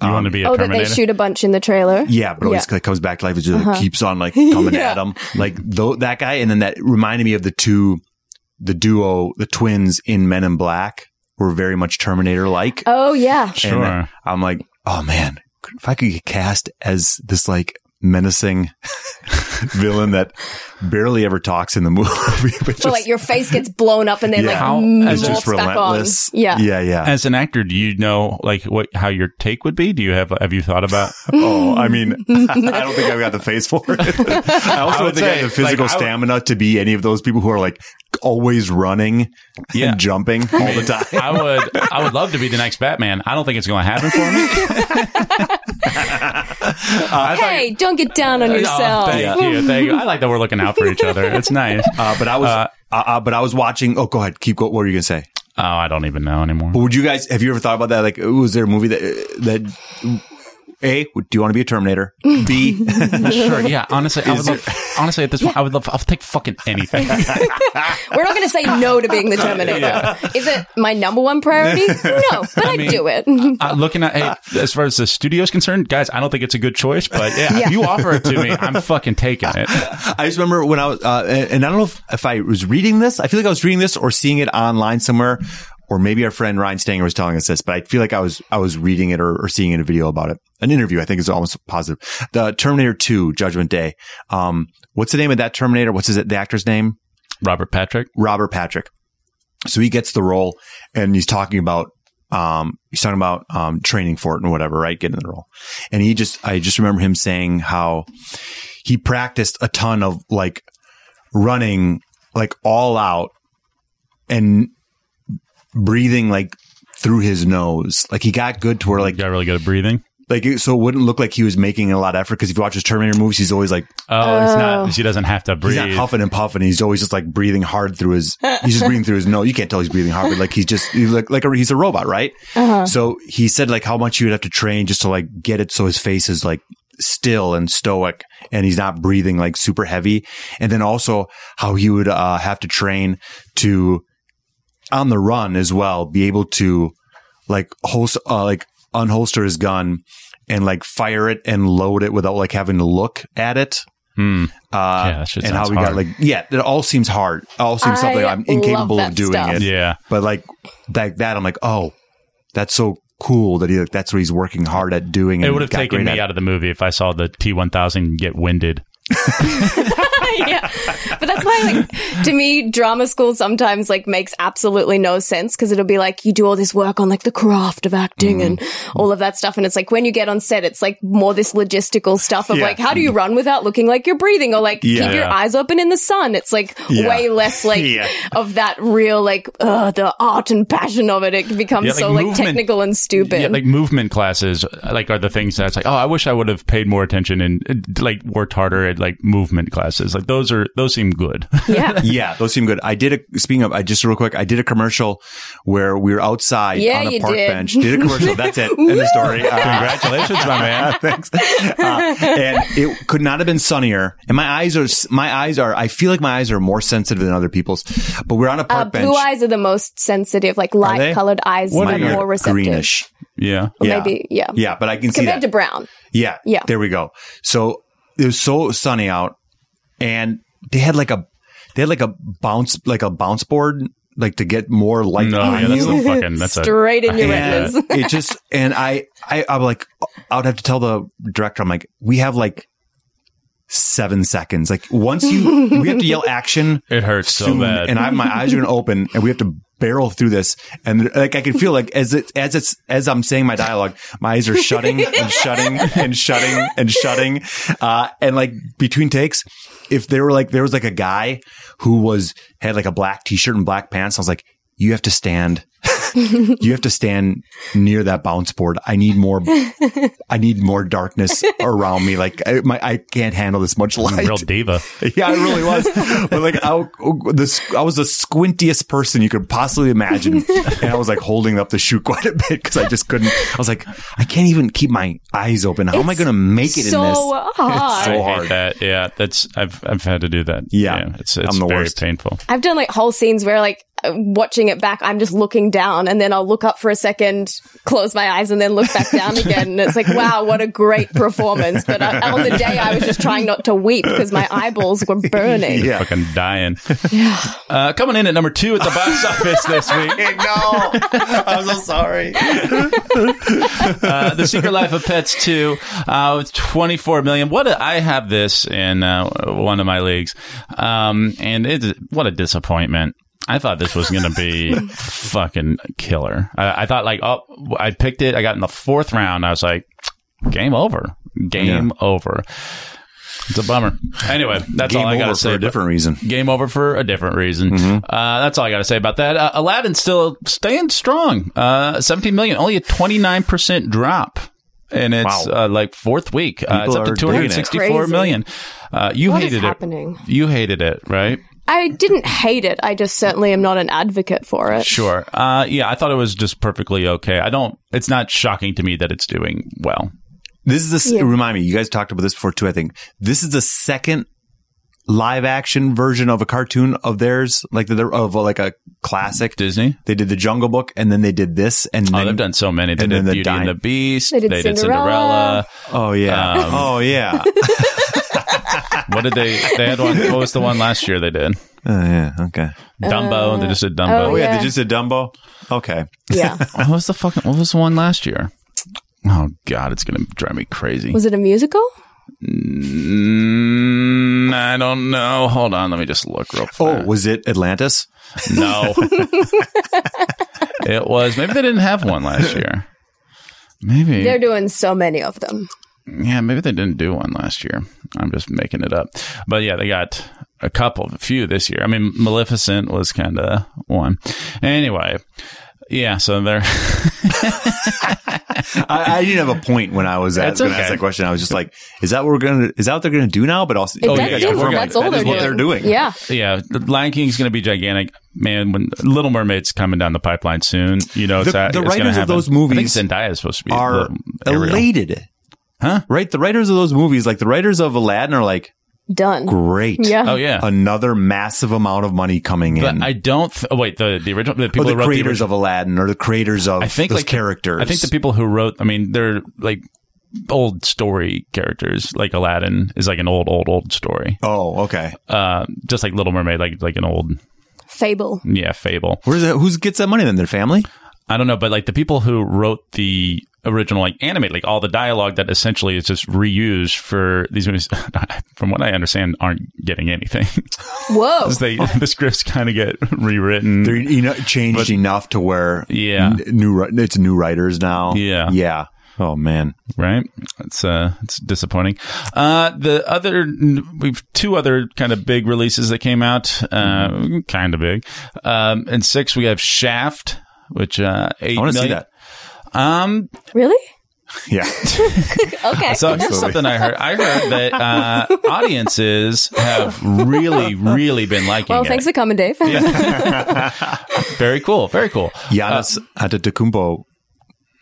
Um, you want to be a Oh, that they Terminator? shoot a bunch in the trailer. Yeah, but always comes back to life. It just like, Uh-huh. keeps <laughs> on like coming Yeah. at him, like tho- that guy. And then that reminded me of the two, the duo, the twins in Men in Black were very much Terminator like. Oh yeah. And sure. I'm like, oh man, if I could get cast as this like menacing <laughs> villain that barely ever talks in the <laughs> movie, but just but like your face gets blown up and then Yeah. like How- is it's morphs just back on. relentless. Yeah. yeah, yeah. As an actor, do you know like what how your take would be? Do you have have you thought about? Oh, I mean, I don't think I've got the face for it. I <laughs> also I would don't think I say, have the physical like, I would- stamina to be any of those people who are like always running Yeah. and jumping all the time. <laughs> I would I would love to be the next Batman. I don't think it's going to happen for <laughs> me. Hey, don't get down on Oh, yourself. thank you, thank you. I like that we're looking out for each other. It's <laughs> nice. Oh, Uh, but I was, uh, uh, but I was watching. Oh, go ahead. Keep going. What were you gonna say? Oh, I don't even know anymore. But would you guys have you ever thought about that? Like, was there a movie that that a do you want to be a Terminator? B Sure. Yeah. Honestly, I would love, honestly at this point, I would love. I'll take fucking <laughs> anything. We're not going to say no to being the Terminator. Is it my number one priority? No, but I would mean, do it. uh, looking at hey, as far as the studio is concerned, guys, I don't think it's a good choice, but yeah, Yeah. if you offer it to me, I'm fucking taking it. I just remember when I was, uh, and and I don't know if, if I was reading this. I feel like I was reading this or seeing it online somewhere, or maybe our friend Ryan Stanger was telling us this. But I feel like I was I was reading it or, or seeing in a video about it. An interview, I think, is almost positive. The Terminator Two Judgment Day. Um, what's the name of that Terminator? What's his the actor's name? Robert Patrick. Robert Patrick. So he gets the role, and he's talking about um, he's talking about um, training for it and whatever, right? Getting the role. And he just, I just remember him saying how he practiced a ton of like running like all out and breathing like through his nose. Like he got good to where like, got really good at breathing. like it- so it wouldn't look like he was making a lot of effort. Cause if you watch his Terminator movies, he's always like, Oh, it's not. She doesn't have to breathe. he's not huffing and puffing. He's always just like breathing hard through his. He's just breathing through his nose. You can't tell he's breathing hard, but like he's just he's like like a, he's a robot, right? So he said like how much you would have to train just to like get it so his face is like still and stoic and he's not breathing like super heavy, and then also how he would uh, have to train to on the run as well be able to like holst uh, like unholster his gun and like fire it and load it without like having to look at it Hmm. Yeah, uh, that shit and how sounds we hard. got like yeah, it all seems hard. It all seems I something I'm love incapable of that doing stuff. it. Yeah. But like like that, I'm like, oh, that's so cool that he like that's what he's working hard at doing. It and would have got taken me great at. out of the movie if I saw the T one thousand get winded. <laughs> yeah. But that's why, like, to me, drama school sometimes, like, makes absolutely no sense because it'll be like, you do all this work on, like, the craft of acting Mm-hmm. and all of that stuff. And it's like, when you get on set, it's like more this logistical stuff of, Yeah. like, how do you run without looking like you're breathing or, like, Yeah. keep your Yeah. eyes open in the sun? It's like Yeah. <laughs> way less, like, Yeah. of that real, like, uh, the art and passion of it. It becomes Yeah, like, so, like, movement- technical and stupid. Yeah, like movement classes, like are the things that's like, oh, I wish I would have paid more attention and like worked harder at like movement classes. Like those are those seem good. <laughs> yeah. yeah, those seem good. I did a speaking of I just real quick, I did a commercial where we were outside Yeah, on a you park did. bench. Did a commercial. <laughs> That's it. End of story. Uh, Congratulations, my man. Thanks. Uh, and it could not have been sunnier. And my eyes are, my eyes are, I feel like my eyes are more sensitive than other people's. But we're on a Uh, park bench. blue eyes are the most sensitive, like they? light colored eyes What are are your more receptive. Greenish. Yeah. Or Yeah. Maybe, yeah. Yeah, but I can see that. Compared to brown. Yeah. Yeah. There we go. So it was so sunny out and they had like a they had like a bounce like a bounce board like to get more light No, on yeah, that's so you. fucking that's a Straight in your and retinas. it just and I I I'm like I would have to tell the director I'm like we have like 7 seconds. Like once you we have to yell action <laughs> it hurts so soon, bad. and I, my eyes are going to open, and we have to barrel through this. And like I can feel like as it as it's as I'm saying my dialogue, my eyes are shutting and shutting and shutting and shutting. Uh, and like between takes, if there were like there was like a guy who was had like a black t-shirt and black pants, I was like, you have to stand. you have to stand near that bounce board. I need more. I need more darkness around me. Like I, my, I can't handle this much light. <laughs> Real diva. Yeah, I really was. but like, I, this, I was the squintiest person you could possibly imagine, and I was like holding up the shoe quite a bit because I just couldn't. I was like, I can't even keep my eyes open. How am I going to make it in this? so hard. so I hate hard. that. Yeah, that's I've I've had to do that. Yeah. it's it's I'm the very worst. painful. I've done like whole scenes where like uh, watching it back, I'm just looking down and then I'll look up for a second, close my eyes and then look back down again. And it's like, wow, what a great performance. But I, on the day I was just trying not to weep because my eyeballs were burning. Yeah. Fucking dying. Uh, coming in at number two at the box office this <laughs> week, no, I'm so sorry. uh, The Secret Life of Pets 2, uh, with 24 million. What a, I have this in uh, one of my leagues, um, and it what a disappointment. I thought this was going to be fucking killer. I, I thought like, oh, I picked it. I got in the fourth round. I was like, game over, game over. It's a bummer. Anyway, that's Game all I got over to for say. a different reason. Game over for a different reason. Mm-hmm. Uh, that's all I got to say about that. Uh, Aladdin still staying strong. Uh, 17 million, only a 29% drop. And it's Wow. uh, like fourth week. Uh, it's People up to are two digging it. hundred sixty-four Crazy. million. Uh, you What is hated it. happening? You hated it, right? I didn't hate it. I just certainly am not an advocate for it. Sure. Uh, yeah, I thought it was just perfectly okay. I don't. It's not shocking to me that it's doing well. This is this. Yeah. Remind me, you guys talked about this before too. I think this is the second live action version of a cartoon of theirs, like the of like a classic. Disney. They did the Jungle Book, and then they did this, and Oh, then they've done so many. They and did then the Beauty dime- and the Beast. They did Cinderella. Oh yeah. Um, oh <laughs> yeah. what did they? They had one. What was the one last year they <laughs> did? Oh, yeah. Okay. Dumbo. they just did Dumbo. Uh, oh, Oh, yeah. Yeah. They just did Dumbo. Okay. <laughs> Yeah. What was the fucking? What was the one last year? Oh God, it's gonna drive me crazy. Was it a musical? Mm, I don't know. Oh. Uh, Hold on, let me just look real Oh, fast. was it Atlantis? no, <laughs> It was maybe they didn't have one last year. Maybe They're doing so many of them. yeah, maybe they didn't do one last year. I'm just making it up. But yeah, they got a couple, a few this year. I mean, Maleficent was kind of one. Anyway, yeah, so they're I, I didn't have a point when I was That's asking okay. that question. I was just like, "Is that what we're gonna? Is that what they're gonna do now?" But also, Oh, If yeah, that's yeah, it, we're gonna- that's all that they're is doing. what they're doing. Yeah. yeah, the Lion King's going to be gigantic. Man, when Little Mermaid's coming down the pipeline soon, you know, it's, The- at- the it's gonna writers of happen. those movies I think Zendaya is supposed to be Are Little Ariel. elated, Huh? Right? The writers of those movies, like the writers of Aladdin, are like, Done. "Great, <laughs> Yeah. Oh yeah, another massive amount of money coming but in." I don't. Th- oh wait, the the original the people or who the wrote creators the original, of Aladdin, or the creators of I think those like characters. I think the people who wrote. I mean, they're like old story characters. Like Aladdin is like an old, old, old story. Oh, okay. Uh, just like Little Mermaid, like like an old Fable. yeah fable. Where's that? Who gets that money then? Their family? I don't know, but like the people who wrote the original like anime, like all the dialogue that essentially is just reused for these movies, <laughs> from what I understand, aren't getting anything. <laughs> Whoa. 'Cause <laughs> they the scripts kind of get rewritten. They're eno- changed enough to where Yeah. n- new wri- it's new writers now. Yeah. yeah. Oh man, right? It's uh, it's disappointing. Uh, the other we've two other kind of big releases that came out, Mm-hmm. uh, kind of big. Um, and six we have Shaft, which uh, eight I want to see million- that. Um, <laughs> really? Yeah, <laughs> Okay. so here's something I heard. I heard that uh, audiences have really, really been liking well, it. thanks for coming, Dave. Very cool. Very cool. Uh, Giannis Antetokounmpo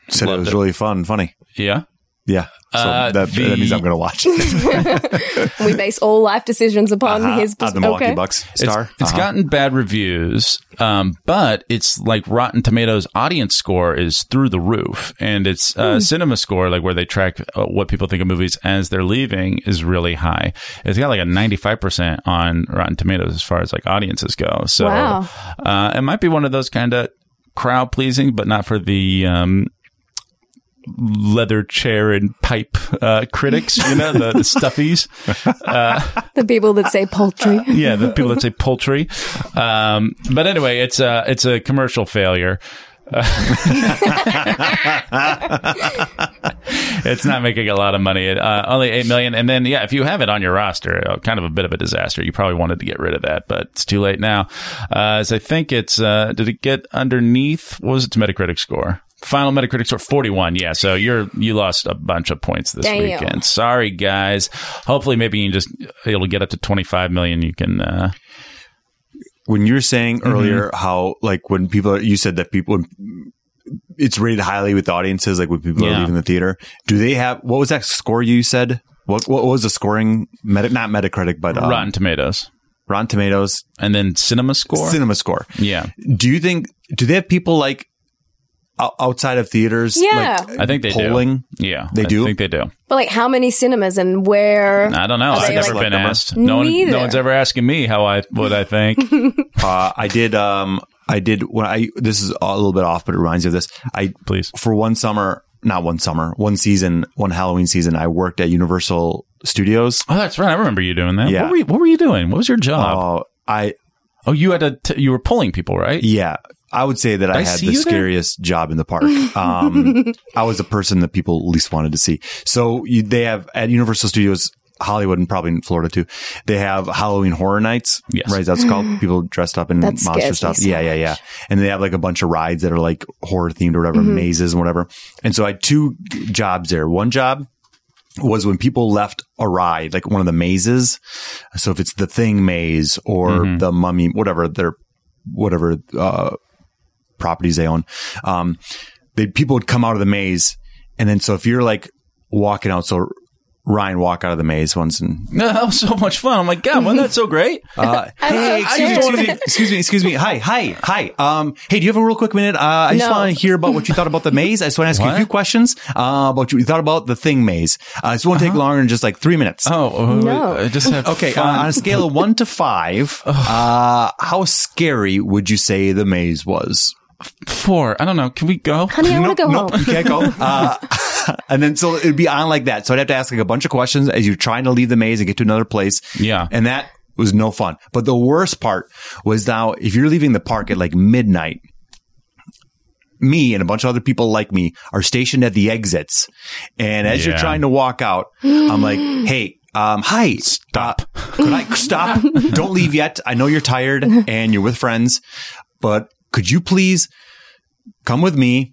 said it Loved was it. really fun, and funny. Yeah. Yeah, so Uh, that, the- that means I'm going to watch it. <laughs> we base all life decisions upon his Uh, pers- the Milwaukee okay. Bucks It's- star. Uh-huh. It's gotten bad reviews, um, but it's like Rotten Tomatoes audience score is through the roof, and its uh, cinema score, like where they track uh, what people think of movies as they're leaving, is really high. It's got like a ninety five percent on Rotten Tomatoes as far as like audiences go. So Wow. uh, it might be one of those kind of crowd pleasing, but not for the. Um, leather chair and pipe uh, critics you know the, the stuffies The people that say <laughs> poultry. yeah, the people that say poultry. Um, but anyway, it's a it's a commercial failure. it's not making a lot of money. Uh, only eight million, and then yeah, if you have it on your roster, uh, kind of a bit of a disaster. You probably wanted to get rid of that, but it's too late now. Uh, as I think it's, uh, did it get underneath? What was its Metacritic score? Final Metacritic score forty one. Yeah, so you're you lost a bunch of points this Damn. weekend. Sorry, guys. Hopefully, maybe you can just it'll get up to twenty five million. You can. Uh, when you were saying Mm-hmm. earlier how like when people are, you said that people it's rated highly with audiences like when people Yeah. are leaving the theater do they have what was that score you said what what was the scoring meta, not metacritic but um, Rotten Tomatoes, Rotten tomatoes and then Cinema Score. cinema score yeah, do you think do they have people like o- outside of theaters Yeah. like, I think they polling do. Yeah, They I do? think they do. But like, how many cinemas and where? I don't know. Are I've they never like- been asked. No one, Neither. no one's ever asking me how I what I <laughs> think. uh, i did um i did when i this is a little bit off but it reminds me of this i Please. for one summer, not one summer, one season, one Halloween season, I worked at Universal Studios. Oh, that's right. I remember you doing that. Yeah. What were you, what were you doing? What was your job? Uh, I oh, you had a t- you were pulling people, right? yeah, I would say that I, I had see the you there? scariest job in the <laughs> park. Um, I was the person that people least wanted to see. So you, they have at Universal Studios. Hollywood and probably in Florida too. They have Halloween Horror Nights, Yes. right? That's <laughs> called people dressed up in That monster scares me stuff. so yeah, yeah, yeah. And they have like a bunch of rides that are like horror themed or whatever, Mm-hmm. mazes and whatever. And so I had two jobs there. One job was when people left a ride, like one of the mazes. So if it's the thing maze or Mm-hmm. the mummy, whatever their whatever uh, properties they own, um, they people would come out of the maze, and then so if you're like walking out, so Ryan walk out of the maze once and No, <laughs> that was so much fun. I'm like, God, wasn't that so <laughs> great? uh, hey, so excuse, excuse me, excuse me, excuse me. Hi, hi, hi. Um, hey, do you have a real quick minute? Uh, I just No. want to hear about what you thought about the maze. I just want to ask you What? a few questions uh, about what you thought about the thing maze. Uh, this won't take longer than just like three minutes. Uh-huh. Oh, No. I just have <laughs> Okay, uh, fun. on a scale of one <laughs> to five, uh, how scary would you say the maze was? four. I don't know. Can we go? Honey, I want to go nope, <laughs> home. you <laughs> can't go. Uh, and then so it'd be on like that. So I'd have to ask like a bunch of questions as you're trying to leave the maze and get to another place. Yeah. and that was no fun. But the worst part was now if you're leaving the park at like midnight. me and a bunch of other people like me are stationed at the exits. And as you're Yeah. trying to walk out, I'm <gasps> like, hey, um, hi, stop. could I <laughs> stop? Don't leave yet. I know you're tired and you're with friends, but could you please come with me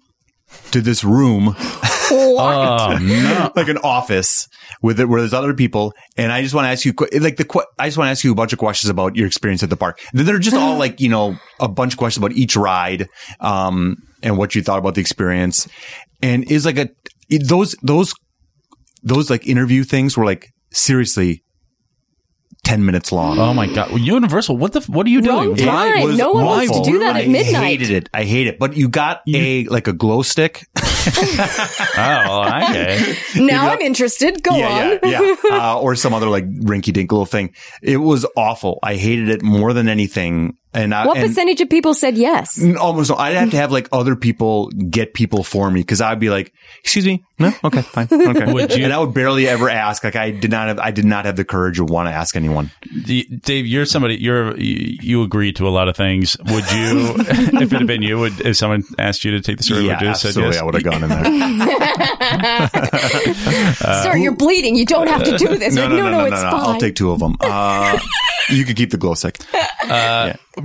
to this room Uh, Oh, no. <laughs> like an office with it where there's other people, and I just want to ask you que- like the que- I just want to ask you a bunch of questions about your experience at the park. Then They're just <laughs> all like you know a bunch of questions about each ride, um, and what you thought about the experience, and is like a it- those those those like interview things were like seriously ten minutes long. Oh, my God. Well, Universal, what the? f- What are you Wrong doing? time. It was No one wants awful. to do that at midnight. I hated it. I hate it. But you got a like a glow stick Oh, <laughs> okay. Now I'm interested. Go on. yeah, yeah, <laughs> yeah. Uh, or some other like rinky dink little thing. It was awful. I hated it more than anything. And I, What and percentage of people said yes? Almost, I'd have to have like other people get people for me because I'd be like, "Excuse me, no, okay, fine, okay." Would you- And I would barely ever ask. Like, I did not have, I did not have the courage or want to ask anyone. D- Dave, you're somebody. You're you, you agree to a lot of things. Would <laughs> you, if it had been you, would if someone asked you to take the survey, yeah, would you have said absolutely, yes? I would have gone <laughs> in there. Sir, you're bleeding. You don't have to do <laughs> this. no, Like, no, no, no, no, it's no. fine. I'll take two of them. Uh, you could keep the glow stick.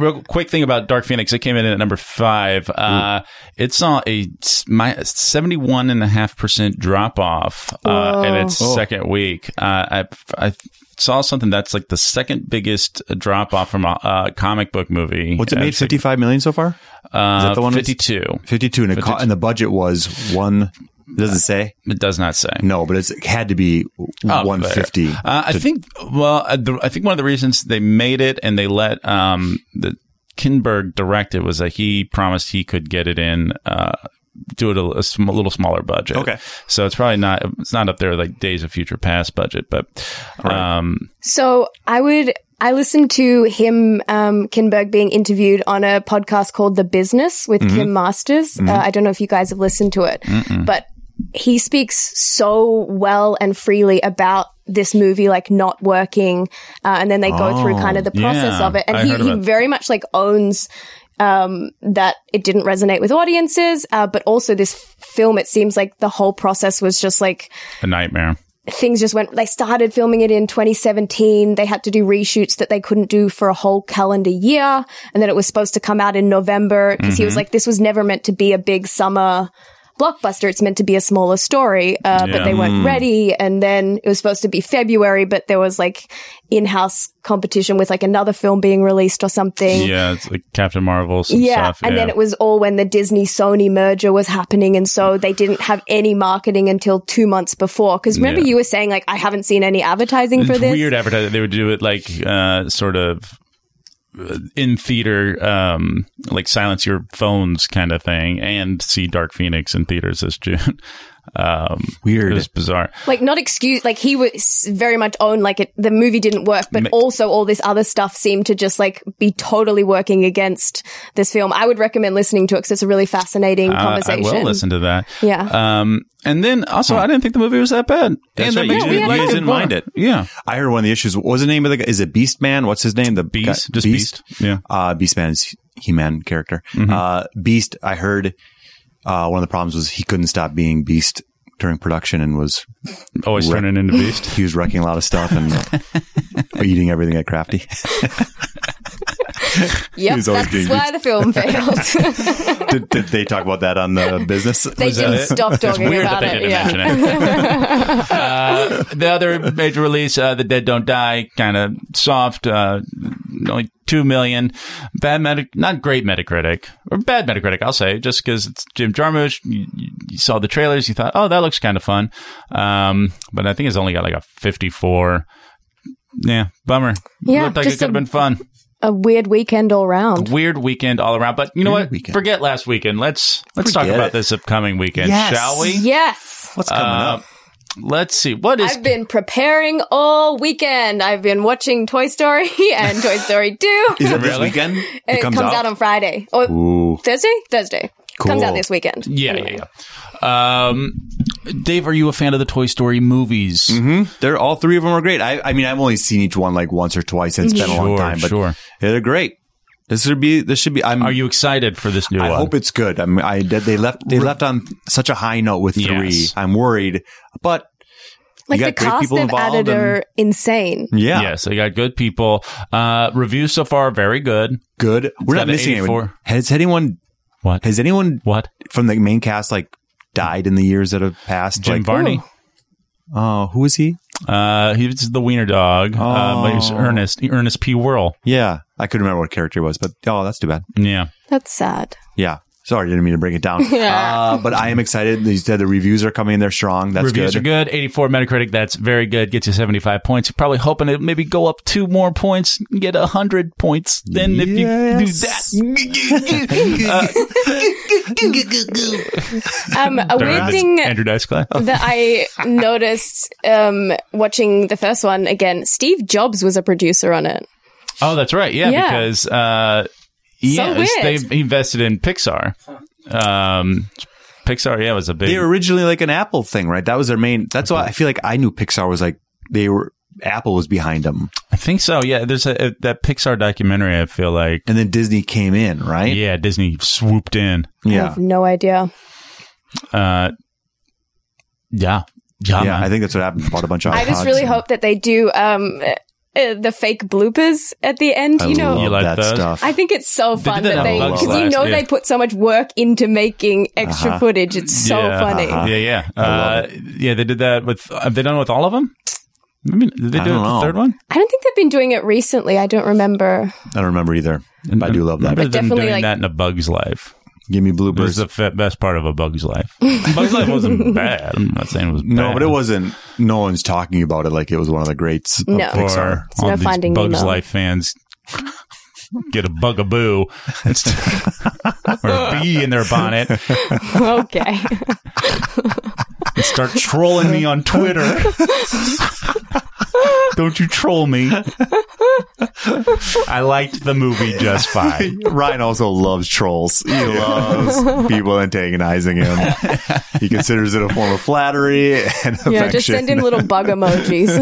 Real quick thing about Dark Phoenix. It came in at number five. Mm. Uh, it saw a s- my seventy one and a half percent drop off uh, in its Oh. second week. Uh, I I saw something that's like the second biggest drop off from a, uh comic book movie. What's it Uh, made? it's like, Fifty-five million so far. Uh, that the one that's- fifty two? Fifty-two, and, it co- and the budget was one. Doesn't say. It does not say. No, but it's, it had to be up 150. there. Oh, Uh, I think. Well, uh, the, I think one of the reasons they made it and they let um, the Kinberg direct it was that he promised he could get it in. Uh, do it a, a sm- little smaller budget. Okay. so it's probably not. It's not up there like Days of Future Past budget, but um, So I would. I listened to him, um, Kinberg, being interviewed on a podcast called The Business with Mm-hmm. Kim Masters. Uh, I don't know if you guys have listened to it, but he speaks so well and freely about this movie, like not working. Uh, and then they go through kind of the process Oh, yeah. of it. And I he, heard he about that. very much like owns um, that it didn't resonate with audiences. Uh, but also this film, it seems like the whole process was just like, a nightmare. things just went they started filming it in 2017 they had to do reshoots that they couldn't do for a whole calendar year and then it was supposed to come out in november because Mm-hmm. he was like this was never meant to be a big summer blockbuster it's meant to be a smaller story uh, but Yeah. Mm. they weren't ready and then it was supposed to be february but there was like in-house competition with like another film being released or something Yeah, it's like Captain Marvel. Some yeah, stuff. and then it was all when the Disney Sony merger was happening, and so they didn't have any marketing until two months before. Because remember, Yeah. you were saying like I haven't seen any advertising for It's this. weird advertising. They would do it like uh, sort of uh, in theater, um, like silence your phones kind of thing, and see Dark Phoenix in theaters this June. <laughs> Um, Weird. It was bizarre. Like not excuse. Like he was very much owned. Like it, the movie didn't work, but Ma- also all this other stuff seemed to just like be totally working against this film. I would recommend listening to it because it's a really fascinating Uh, I conversation. will listen to that. Yeah. Um, and then also, I didn't think the movie was that bad. That's and right. the You music- didn't- you like didn't more. mind it. Yeah. I heard one of the issues. What was the name of the guy? Is it Beast Man? What's his name? The Beast. guy- Just Beast. Yeah. Mm-hmm. Uh, Beast Man is He Man character. Uh, Beast, I heard uh, one of the problems was he couldn't stop being Beast during production and was Always Right. turning into Beast. he was wrecking a lot of <laughs> stuff and eating everything at Crafty. Yep, He's always that's being- why <laughs> the film failed. did, did they talk about that on the business? they that didn't it? stop talking Weird that about they it. didn't Yeah. mention it. <laughs> uh, the other major release, uh, The Dead Don't Die, kind of soft, uh, only two million. Bad Metac, not great Metacritic, or bad Metacritic, I'll say, just because it's Jim Jarmusch. You, you saw the trailers, you thought, oh, that looks kind of fun. Um, but I think it's only got like a 54. Yeah, bummer. Yeah, Looked like just it could have a- been fun. A weird weekend all round. Weird weekend all around. But you know Weird what? weekend. Forget last weekend. Let's let's talk Forget about it. this upcoming weekend, Yes. shall we? Yes. What's coming Uh, up? Let's see. What is I've been preparing all weekend. I've been watching Toy Story <laughs> and Toy Story 2. Is it this Really? weekend? it comes, out? on Friday. Or Ooh. Thursday? Thursday. Comes Cool. out this weekend. Yeah, yeah, yeah. Um, Dave, are you a fan of the Toy Story movies? They're all three of them are great. I, I mean, I've only seen each one like once or twice. and It's been a long Sure, time, but sure. they're great. This should be. This should be. I'm. Are you excited for this new I one? hope it's good. I'm. I did. They left. They left on such a high note with three. Yes. I'm worried, but Like you the got great cast people they've involved. added and- are insane. yeah, Yes, they got good people. Uh, reviews so far, very good. good. We're got not an missing anyone. 84. Has anyone? What? Has anyone What? from the main cast like died in the years that have passed? Jim like, Varney. Oh, who is he? Uh, he was the wiener dog. Uh, but he was Oh. Ernest. Ernest P. Whirl. Yeah, I couldn't remember what character it was, but oh, that's too bad. Yeah. That's sad. Yeah. Sorry, didn't mean to bring it down. Yeah. Uh, but I am excited. You said the reviews are coming in. They're strong. That's Reviews good. are good. 84 Metacritic. That's very good. Gets you 75 points. You're probably hoping to maybe go up two more points, and get 100 points. Then if you do that, <laughs> <laughs> Um, a weird That's thing Andrew Dice Clay. <laughs> that I noticed um, watching the first one again, Steve Jobs was a producer on it. Oh, that's right. Yeah, Yeah. because uh, yes, weird. they invested in Pixar. Um, Pixar, yeah, was a big. They were originally like an Apple thing, right? That was their main. That's why I feel like I knew Pixar was like they were Apple was behind them, I think so. Yeah, there's a, a- that Pixar documentary. I feel like. and then Disney came in, right? Yeah, Disney swooped in. I have no idea. Uh, yeah, yeah, Yeah, man. I think that's what happened. Bought a bunch of. I just iPods really and- hope that they do um, uh, the fake bloopers at the end. I you know, love You like that those? stuff. I think it's so They did fun that that on they Bugs because you Life, know yeah. they put so much work into making extra Uh-huh. footage. It's so Yeah. funny. Uh-huh. yeah, yeah, I love uh, yeah. They did that with. Have they done it with all of them? Maybe, did they I do it don't with the know. third one? I don't think they've been doing it recently. I don't <laughs> remember. I don't remember either, but I do love that. Remember them definitely, doing like- that in a Bug's Life. Give me It was bloopers. the f- best part of a Bug's <laughs> Life. Bug's Life wasn't bad. I'm not saying it was bad. no, but it wasn't. No one's talking about it like it was one of the greats. of No. Or Pixar. no all these Finding Bugs Nemo. Life fans get a bugaboo It's- <laughs> or a bee in their bonnet Okay, and start trolling me on Twitter. <laughs> Don't you troll <laughs> me. I liked the movie just fine. Ryan also loves trolls. <laughs> He loves people antagonizing him. He considers it a form of flattery and affection. yeah, just send him little bug emojis.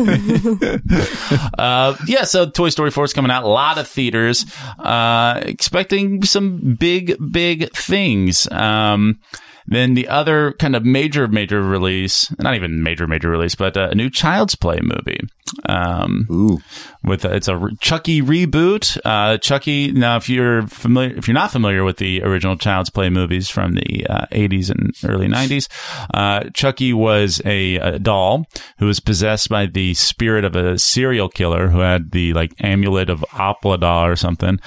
<laughs> Uh, yeah, so Toy Story 4 is coming out. A lot of theaters. Uh, expecting some big, big things. Um, then the other kind of major, major release, not even major, major release, but uh, a new Child's Play movie. Um, Ooh, with uh it's a re- Chucky reboot. Uh, Chucky. Now, if you're familiar, if you're not familiar with the original Child's Play movies from the uh, 80s and early 90s, uh, Chucky was a, a doll who was possessed by the spirit of a serial killer who had the like amulet of Oplada or something,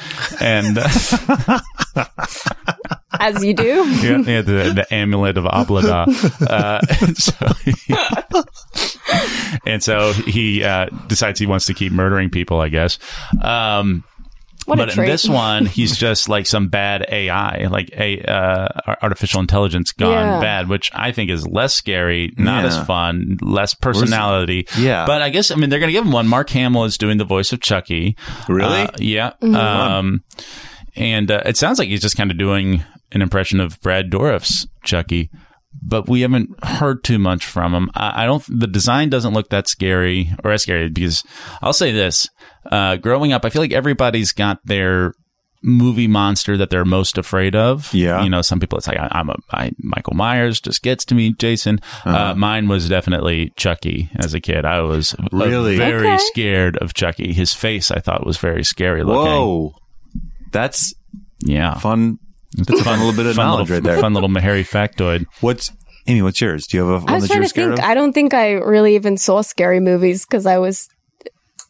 and. <laughs> As you do, yeah, yeah the, the amulet of Oblada. Uh, <laughs> and so he, <laughs> and so he uh, decides he wants to keep murdering people, I guess. Um, what but a in treat! this one, he's just like some bad AI, like a uh, ar- artificial intelligence gone Yeah. bad, which I think is less scary, not Yeah. as fun, less personality. Yeah. But I guess I mean they're going to give him one. Mark Hamill is doing the voice of Chucky. Really? Uh, yeah. Mm-hmm. Um, and uh, it sounds like he's just kind of doing an impression of Brad Dourif's Chucky, but we haven't heard too much from him. I, I don't. The design doesn't look that scary or as scary because I'll say this: uh, growing up, I feel like everybody's got their movie monster that they're most afraid of. Yeah. you know, some people it's like I, I'm a I, Michael Myers just gets to me. Jason, Uh-huh. uh, mine was definitely Chucky as a kid. I was uh, Really? very Okay. scared of Chucky. His face I thought was very scary looking. whoa, that's Yeah. fun. That's a fun little bit of fun knowledge little, right there. <laughs> Fun little Mahari factoid. What's Amy? What's yours? Do you have a I one was that you're trying to scared think. of? I don't think I really even saw scary movies because I was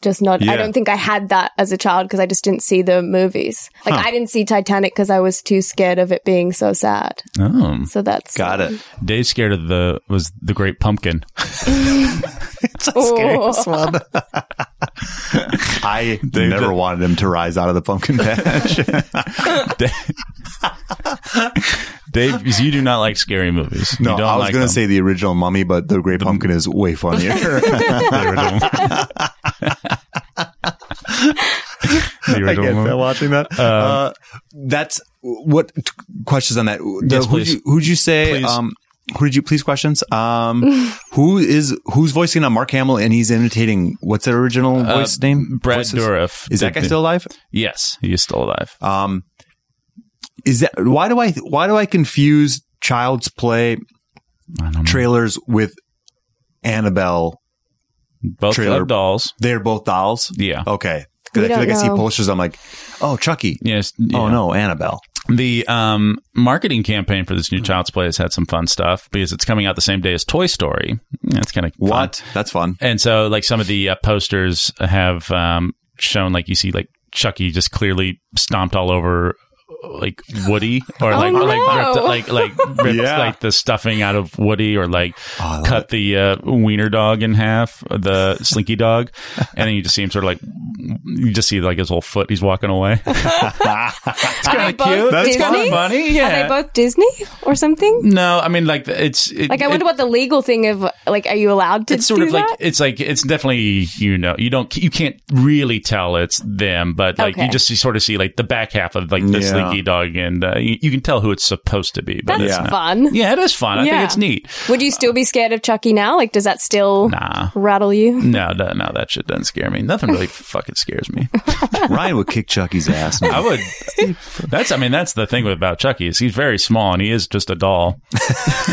just not. Yeah. I don't think I had that as a child because I just didn't see the movies. Like I didn't see Titanic because I was too scared of it being so sad. Oh, So that's <laughs> Got it. Dave's scared of the was the Great Pumpkin. It's the Oh. <laughs> scariest one. I never the- wanted him to rise out of the pumpkin <laughs> patch. Dave, you do not like scary movies. No, you don't I was like going them. to say the original Mummy, but the Great Pumpkin is way <laughs> funnier. the <laughs> original. the <laughs> I original guess movie. I'm watching that. Uh, that's what t- questions on that. The, Yes, who'd, please. you, who'd you say? Please. Um, who did you please questions? Um, <laughs> who is who's voicing on Mark Hamill and he's imitating what's their original voice name? Uh, Brad Voices? Dourif. Is that guy still alive? Yes, he is still alive. Um, is that why do I why do I confuse Child's Play I don't know. trailers with Annabelle? Both trailer- Oh. are dolls. They're both dolls. Yeah. Okay. Because We I feel don't like I see know. posters. I'm like, oh Chucky. Yes. yeah. Oh no, Annabelle. The um, marketing campaign for this new Child's Play has had some fun stuff because it's coming out the same day as Toy Story. That's kind of What? That's fun. And so, like some of the uh, posters have um, shown, like you see, like Chucky just clearly stomped all over, like Woody, or like or, Oh, no. like ripped, like like <laughs> ripped Yeah. like the stuffing out of Woody, or like Oh, I love cut the uh, wiener dog in half, the Slinky <laughs> dog, and then you just see him sort of like you just see like his whole foot. He's walking away. it's Ah, Are kind they of both cute. That's kind of Disney? funny. Are they Yeah. both Disney or something? No, I mean like it's it, Like, I it- wonder what the legal thing of like, are you allowed to it's sort do of that? like it's like it's definitely you know you don't you can't really tell it's them but like Okay. you just you sort of see like the back half of like the Yeah. slinky dog and uh, you, you can tell who it's supposed to be but That's it's not. fun. yeah it is fun i Yeah. think it's neat Would you still be scared of Chucky now? Like, does that still nah rattle you? no, no, no, that shit doesn't scare me. Nothing <laughs> really fucking scares me. Ryan would kick Chucky's ass. man. <laughs> I would. That's, I mean, that's the thing about Chucky is he's very small and he is just a doll.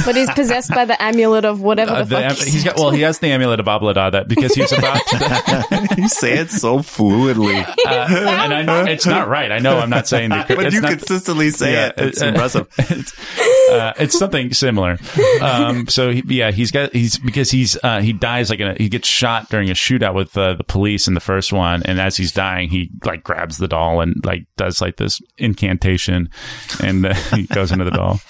But he's possessed by the amulet of whatever Uh, the, the, fuck. he he's got. Well, he has the amulet of Abladada that because he's about. <laughs> To, you say it <laughs> so fluidly, and I, it's not right. I know. I'm not saying the. but it's you not- consistently say Yeah, it. It's uh, uh, <laughs> impressive. uh, it's something similar. Um, so he, yeah, he's got he's because he's uh, he dies like in a, he gets shot during a shootout with uh, the police in the first one, and as he's dying, he like grabs the doll and like does like this incantation, and uh, <laughs> he goes into the doll.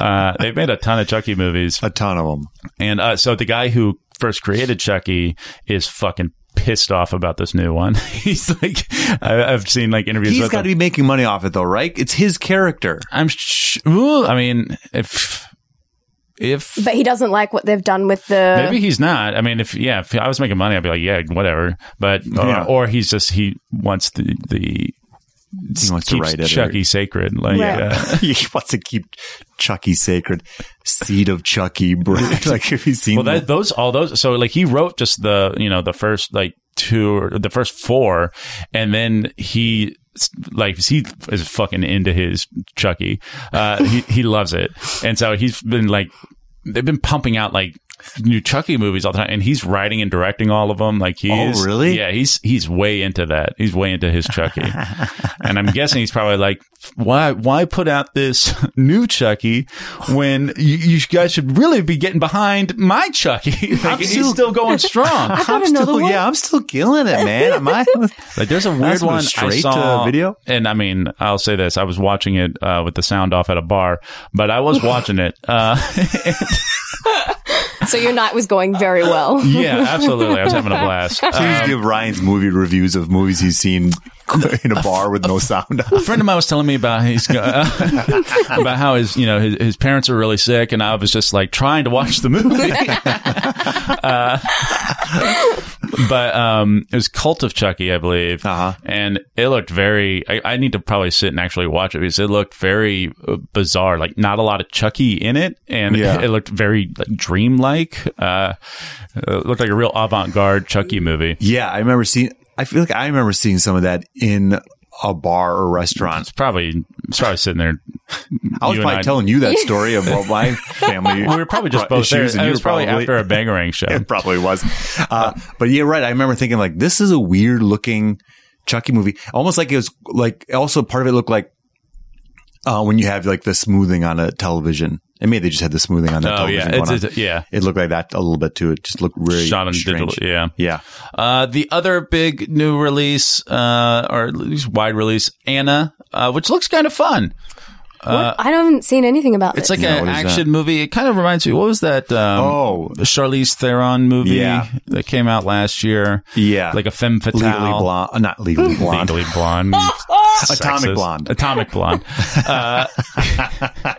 Uh, they've made a ton of Chucky movies, A ton of them. and uh, so the guy who first created Chucky is fucking pissed off about this new one. <laughs> he's like, I, I've seen like interviews. He's with got him. to be making money off it though, right? It's his character. I'm. Sh- ooh, I mean, if if but he doesn't like what they've done with the. Maybe he's not. I mean, if yeah, if I was making money, I'd be like, yeah, whatever. But or, Yeah. or he's just he wants the the He wants to keeps write it. Chucky sacred. Like Right. uh, <laughs> he wants to keep Chucky sacred. Seed of Chucky bread. <laughs> like have you seen well, that those all those. So like he wrote just the you know the first like two or the first four, and then he like he is fucking into his Chucky. Uh, he he loves it, and so he's been like they've been pumping out like new Chucky movies all the time, and he's writing and directing all of them. Like he Oh, is- really? yeah, he's he's way into that. He's way into his Chucky, and I'm guessing he's probably like, why why put out this <laughs> new Chucky when you, you guys should really be getting behind my Chucky? <laughs> like, he's still- still going <laughs> strong. another I'm still, one. yeah, I'm still killing it, man. Am I? Like there's a weird That's one one I straight saw- to video? and I mean I'll say this: I was watching it uh, with the sound off at a bar, but I was watching it. Uh, so your night was going very well. yeah, absolutely, I was having a blast. <laughs> Please give Ryan's movie reviews of movies he's seen <laughs> in a bar with no <laughs> sound. a friend of mine was telling me about his uh, <laughs> about how his you know his, his parents are really sick, and I was just like trying to watch the <laughs> movie. <laughs> uh, but um, it was Cult of Chucky, I believe, Uh-huh. and it looked very. I, I need to probably sit and actually watch it because it looked very uh, bizarre. Like not a lot of Chucky in it, and Yeah. it looked very like, dreamlike. Uh, it looked like a real avant garde Chucky movie. yeah, I remember seeing. I feel like I remember seeing some of that in a bar or restaurant. It's probably it's probably sitting there I was You and probably I- telling you that <laughs> story about my family. We were probably just both there. issues, and It you was were probably, after a bangerang show. <laughs> It probably was. Uh, but yeah, right. I remember thinking like, this is a weird looking Chucky movie. Almost like it was like, also part of it looked like, uh, when you have like the smoothing on a television. And maybe they just had the smoothing on that Oh television. yeah, it's, going on. it's, yeah. it looked like that a little bit too. It just looked really Shot on strange. digital. Yeah. Yeah. Uh, the other big new release, uh, or at least wide release, Anna, uh, which looks kind of fun. What? I haven't seen anything about Uh, It's this. like Yeah, an what is that? action movie. It kind of reminds me. What was that? Um, Oh. the Charlize Theron movie Yeah. that came out last year. Yeah. like a femme fatale. Legally blonde, uh, not <laughs> legally blonde. Legally blonde. <laughs> Oh! Atomic Sexist. <laughs> blonde. Atomic blonde. Uh, <laughs> I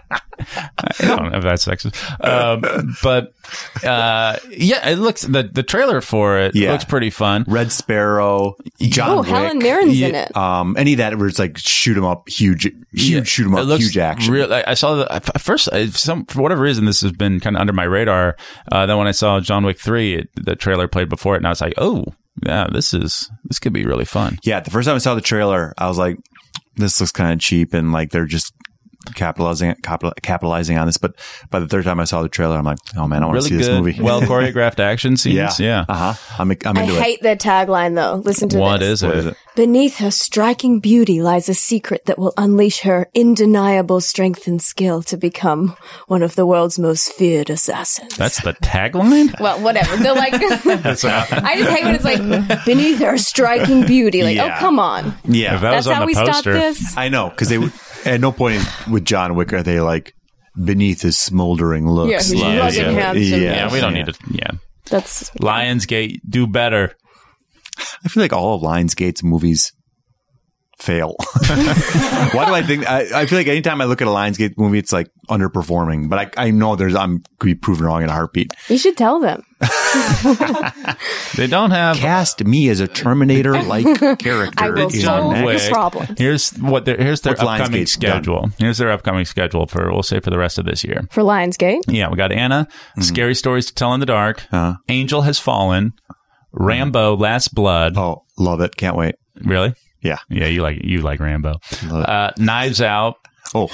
don't know if that's sexist. Um, but uh, yeah, it looks the the trailer for it Yeah. looks pretty fun. Red Sparrow, John oh, Wick, Helen Mirren's in yeah, it. um, any of that where it's like shoot 'em up, huge, huge shoot 'em It up, looks huge action. Real, I I saw the I- at first I, some for whatever reason this has been kind of under my radar. Uh, then when I saw John Wick three, it, the trailer played before it, and I was like, oh yeah, this is this could be really fun. yeah, the first time I saw the trailer, I was like, this looks kind of cheap, and like they're just capitalizing capital, capitalizing on this. But by the third time I saw the trailer, I'm like, oh man, I want to Really see this good, movie. <laughs> well choreographed action yeah, scenes. Yeah. uh huh. I'm I'm I into <laughs> it. hate their tagline though. Listen to What this. is What is it? it? Beneath her striking beauty lies a secret that will unleash her undeniable strength and skill to become one of the world's most feared assassins. That's the tagline. well, whatever. They're <laughs> like, I just hate when it's like beneath her striking beauty. Like, Yeah. oh come on, <laughs> Yeah, If that was that's on how the we start poster. this. I know because they would- at no point with John Wick are they like beneath his smoldering looks. Yeah, he's rugged <laughs> yeah, handsome. Yeah, we don't need to. Yeah, That's Lionsgate, do better. I feel like all of Lionsgate's movies fail. <laughs> Why do I think? I, I feel like anytime I look at a Lionsgate movie, it's like underperforming. But I, I know there's I'm could be proven wrong in a heartbeat. you should tell them. They don't have Cast me as a Terminator <laughs> like character. I will in solve that. your problems. Here's what their here's their What's upcoming Lionsgate's done? schedule. Here's their upcoming schedule for we'll say for the rest of this year. For Lionsgate, Yeah, we got Anna, Scary Stories to Tell in the Dark, Mm-hmm. Uh-huh. Angel Has Fallen, Rambo, Last Blood. Oh, love it! Can't wait. Really? Yeah. Yeah, you like you like Rambo. Love it. Uh, Knives Out. Oh.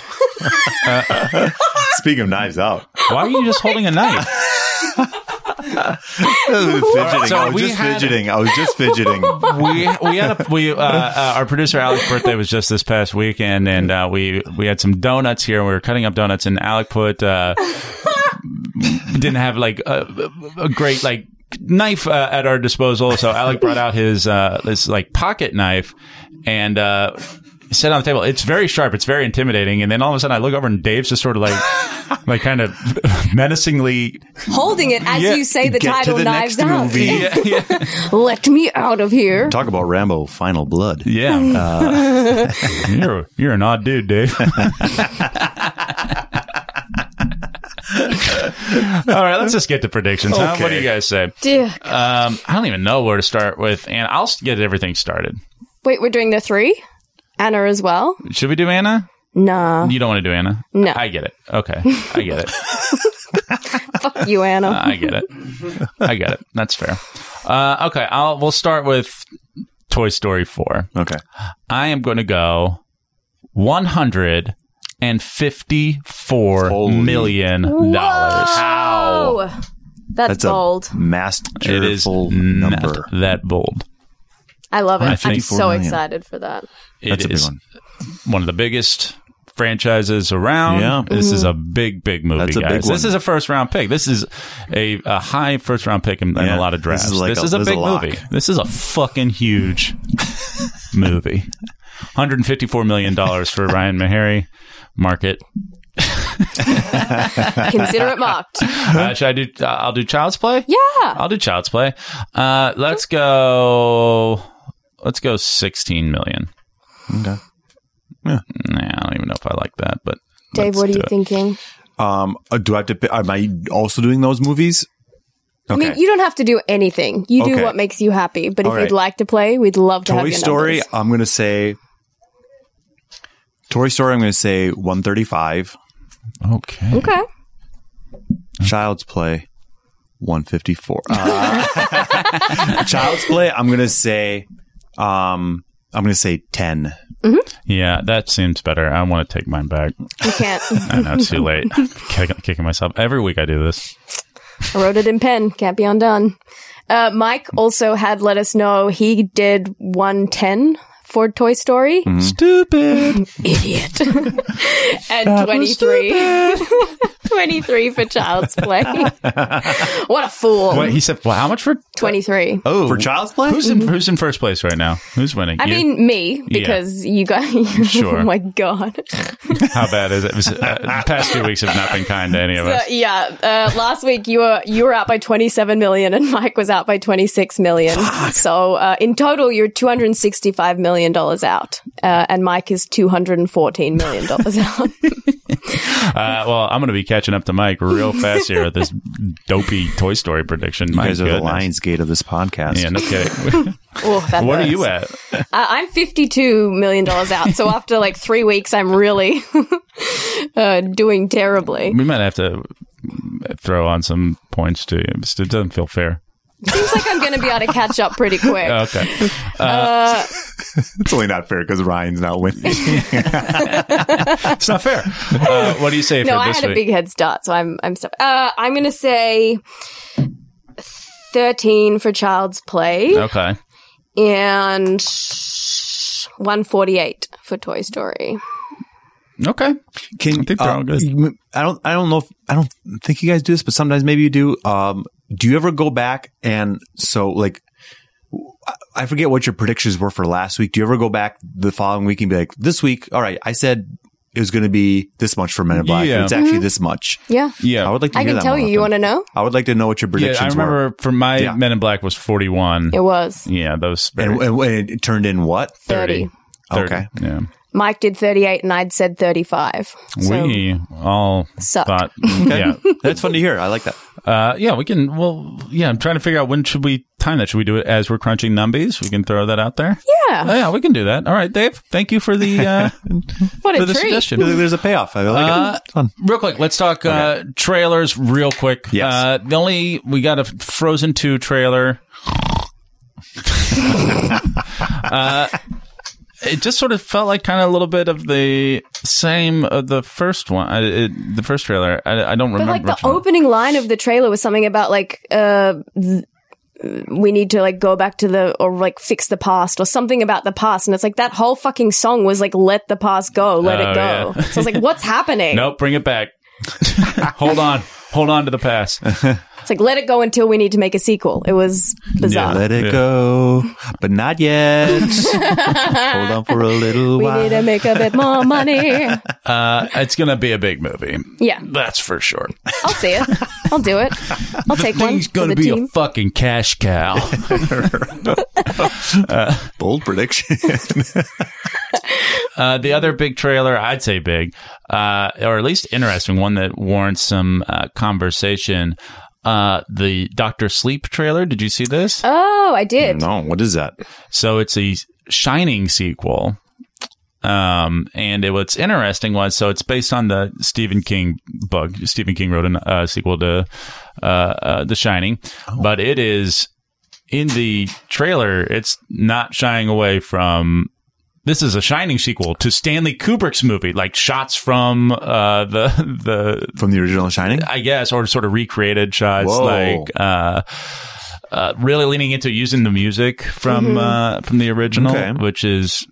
<laughs> Speaking of Knives Out, Why are you just holding a knife? fidgeting. So I was we just had- fidgeting. I was <laughs> just fidgeting. We we had a, we uh, uh, our producer Alec's birthday was just this past weekend, and uh, we we had some donuts here. and We were cutting up donuts, and Alec put uh, <laughs> didn't have like a, a great like knife uh, at our disposal, so Alec brought out his uh, this like pocket knife and. Uh, Set on the table. It's very sharp. It's very intimidating. And then all of a sudden, I look over and Dave's just sort of like, like kind of <laughs> menacingly. holding it as Yeah, you say the get to title the "Knives next Out." movie. Yeah, yeah, Let me out of here. Talk about Rambo Final <laughs> Blood. yeah. Uh, you're you're an odd dude, Dave. <laughs> all right, let's just get to predictions. Huh? What do you guys say? Dear. Um, I don't even know where to start with, and I'll s- get everything started. Wait, we're doing the three. Anna as well. Should we do Anna? Nah, You don't want to do Anna? No. I get it. Okay. I get it. fuck you, Anna. I get it. I get it. That's fair. Uh, okay. I'll, we'll start with Toy Story 4. Okay. I am going to go one hundred and fifty-four Holy- million dollars. Wow. That's, That's bold. a masterful It is not number. that bold. I love it. I I'm think so 4 million. excited for <laughs> that. It That's a big is one. one of the biggest franchises around. Yeah. This is a big, big movie, That's a guys. big one. This is a first round pick. This is a, a high first round pick in, in Yeah. a lot of drafts. This is like a- this is big a lock. movie. This is a fucking <laughs> huge movie. $154 million for Ryan Meharry. Market. Consider it mocked. Uh, should I do? Uh, I'll do Child's Play. Yeah. I'll do Child's Play. Uh, let's go. Let's go sixteen million. Okay. Nah, I don't even know if I like that, but Dave, let's what are do you it. thinking? Um, uh, do I have to? pi- Am I also doing those movies? I Okay. mean, you don't have to do anything. You do Okay. what makes you happy. But if All right. you'd like to play, we'd love to have Toy your Story. numbers. I'm gonna say. Toy Story. I'm gonna say 135. Okay. Okay. Child's Play. 154. Uh, <laughs> Child's Play. I'm gonna say. Um, I'm gonna say 10. Yeah, that seems better. I want to take mine back. You can't. I know it's too <laughs> late. Kick- Kicking myself every week. I do this. I wrote it in pen. Can't be undone. Uh, Mike also had let us know he did 110 for Toy Story. Hmm. Hmm. Stupid. Idiot. <laughs> and 23. <laughs> 23 for Child's <laughs> Play. what a fool. Oh, Wait, he said. Well, how much for? 23. Oh, For Child's Play. Who's in, who's in first place right now? Who's winning? I You? mean, me, because you <laughs> guys. Sure. oh my God. how bad is it? It was, uh, the past two weeks have not been kind to any of <laughs> So, us. yeah. Uh, last week you were, you were out by 27 million and Mike was out by 26 million. So, uh, in total, <laughs> you're $265 million out. <laughs> Uh, and Mike is $214 million out. Uh, well, I'm going to be catching up to Mike real fast here with this dopey Toy Story prediction. You My guys are the goodness. Lionsgate of this podcast. Yeah, no kidding. Oh, that what are hurts. you at? Uh, I'm $52 million out. So after like three weeks, I'm really <laughs> uh, doing terribly. <laughs> We might have to throw on some points to you. It doesn't feel fair. Seems like I'm going to be able to catch up pretty quick. Okay. Uh, It's only not fair because Ryan's not winning. It's not fair. <laughs> Uh, what do you say no, for I this had a week? big head start. So I'm, I'm, so, uh, I'm going to say 13 for child's play okay. and 148 for Toy Story. Okay. Can I think they're all good. you- I don't. I don't know. If, I don't think you guys do this, but sometimes maybe you do. Um, do you ever go back and so like? I- I forget what your predictions were for last week. Do you ever go back the following week and be like, "This week, all right, I said it was going to be this much for Men in Black. Yeah. It's actually this much." Yeah. Yeah. I would like to. Mm-hmm. I hear can that tell more you. You often. want to know? I would like to know what your yeah, predictions. I Were. remember for my Yeah. Men in Black was 41. It was Yeah, those And, and, and it turned in what? 30. 30. Okay. Yeah. Mike did 38 and I'd said 35. So we all Suck. <laughs> thought, yeah, <laughs> That's fun to hear. I like that. uh, yeah, we can. Well, yeah, I'm trying to figure out when should we time that. Should we do it as we're crunching numbies? We can throw that out there. Yeah. Oh, yeah, we can do that. All right, Dave. Thank you for the <laughs> uh, What for a the <laughs> treat. suggestion. There's a payoff. I like Uh, it. It's fun. Real quick, let's talk uh, trailers. Real quick, Yes. Uh, the only we got a Frozen Two <laughs> trailer. uh, it just sort of felt like kind of a little bit of the same of the first one, I, it, the first trailer. I, I don't But remember. like the which one. opening line of the trailer was something about like uh th- we need to like go back to the or like fix the past or something about the past and it's like that whole fucking song was like let the past go let Oh, it go yeah. so it's <laughs> like what's happening Nope, bring it <laughs> back. hold on, hold on to the <laughs> past. Uh, it's like let it go until we need to make a sequel it was bizarre Let it Yeah. go, but not yet. Hold on for a little we while. need to make a bit more money Uh, it's gonna be a big movie. yeah That's for sure. I'll see it I'll do it I'll take one Thing's for gonna the be team a fucking cash <laughs> cow. Bold prediction. <laughs> Uh, the other big trailer, I'd say big, uh, or at least interesting, one that warrants some uh, conversation. Uh, the Doctor Sleep trailer. Did you see this? oh I did no, what is that? So it's a Shining sequel. Um, and it, what's interesting was so it's based on the Stephen King book. Stephen King wrote a uh, sequel to uh, uh, The Shining, but it is in the trailer. It's not shying away from. This is a Shining sequel to Stanley Kubrick's movie, like shots from uh, the <laughs> the From the original Shining? I guess, or sort of recreated shots, Whoa. like uh, uh, really leaning into using the music from uh, from the original, Okay. which is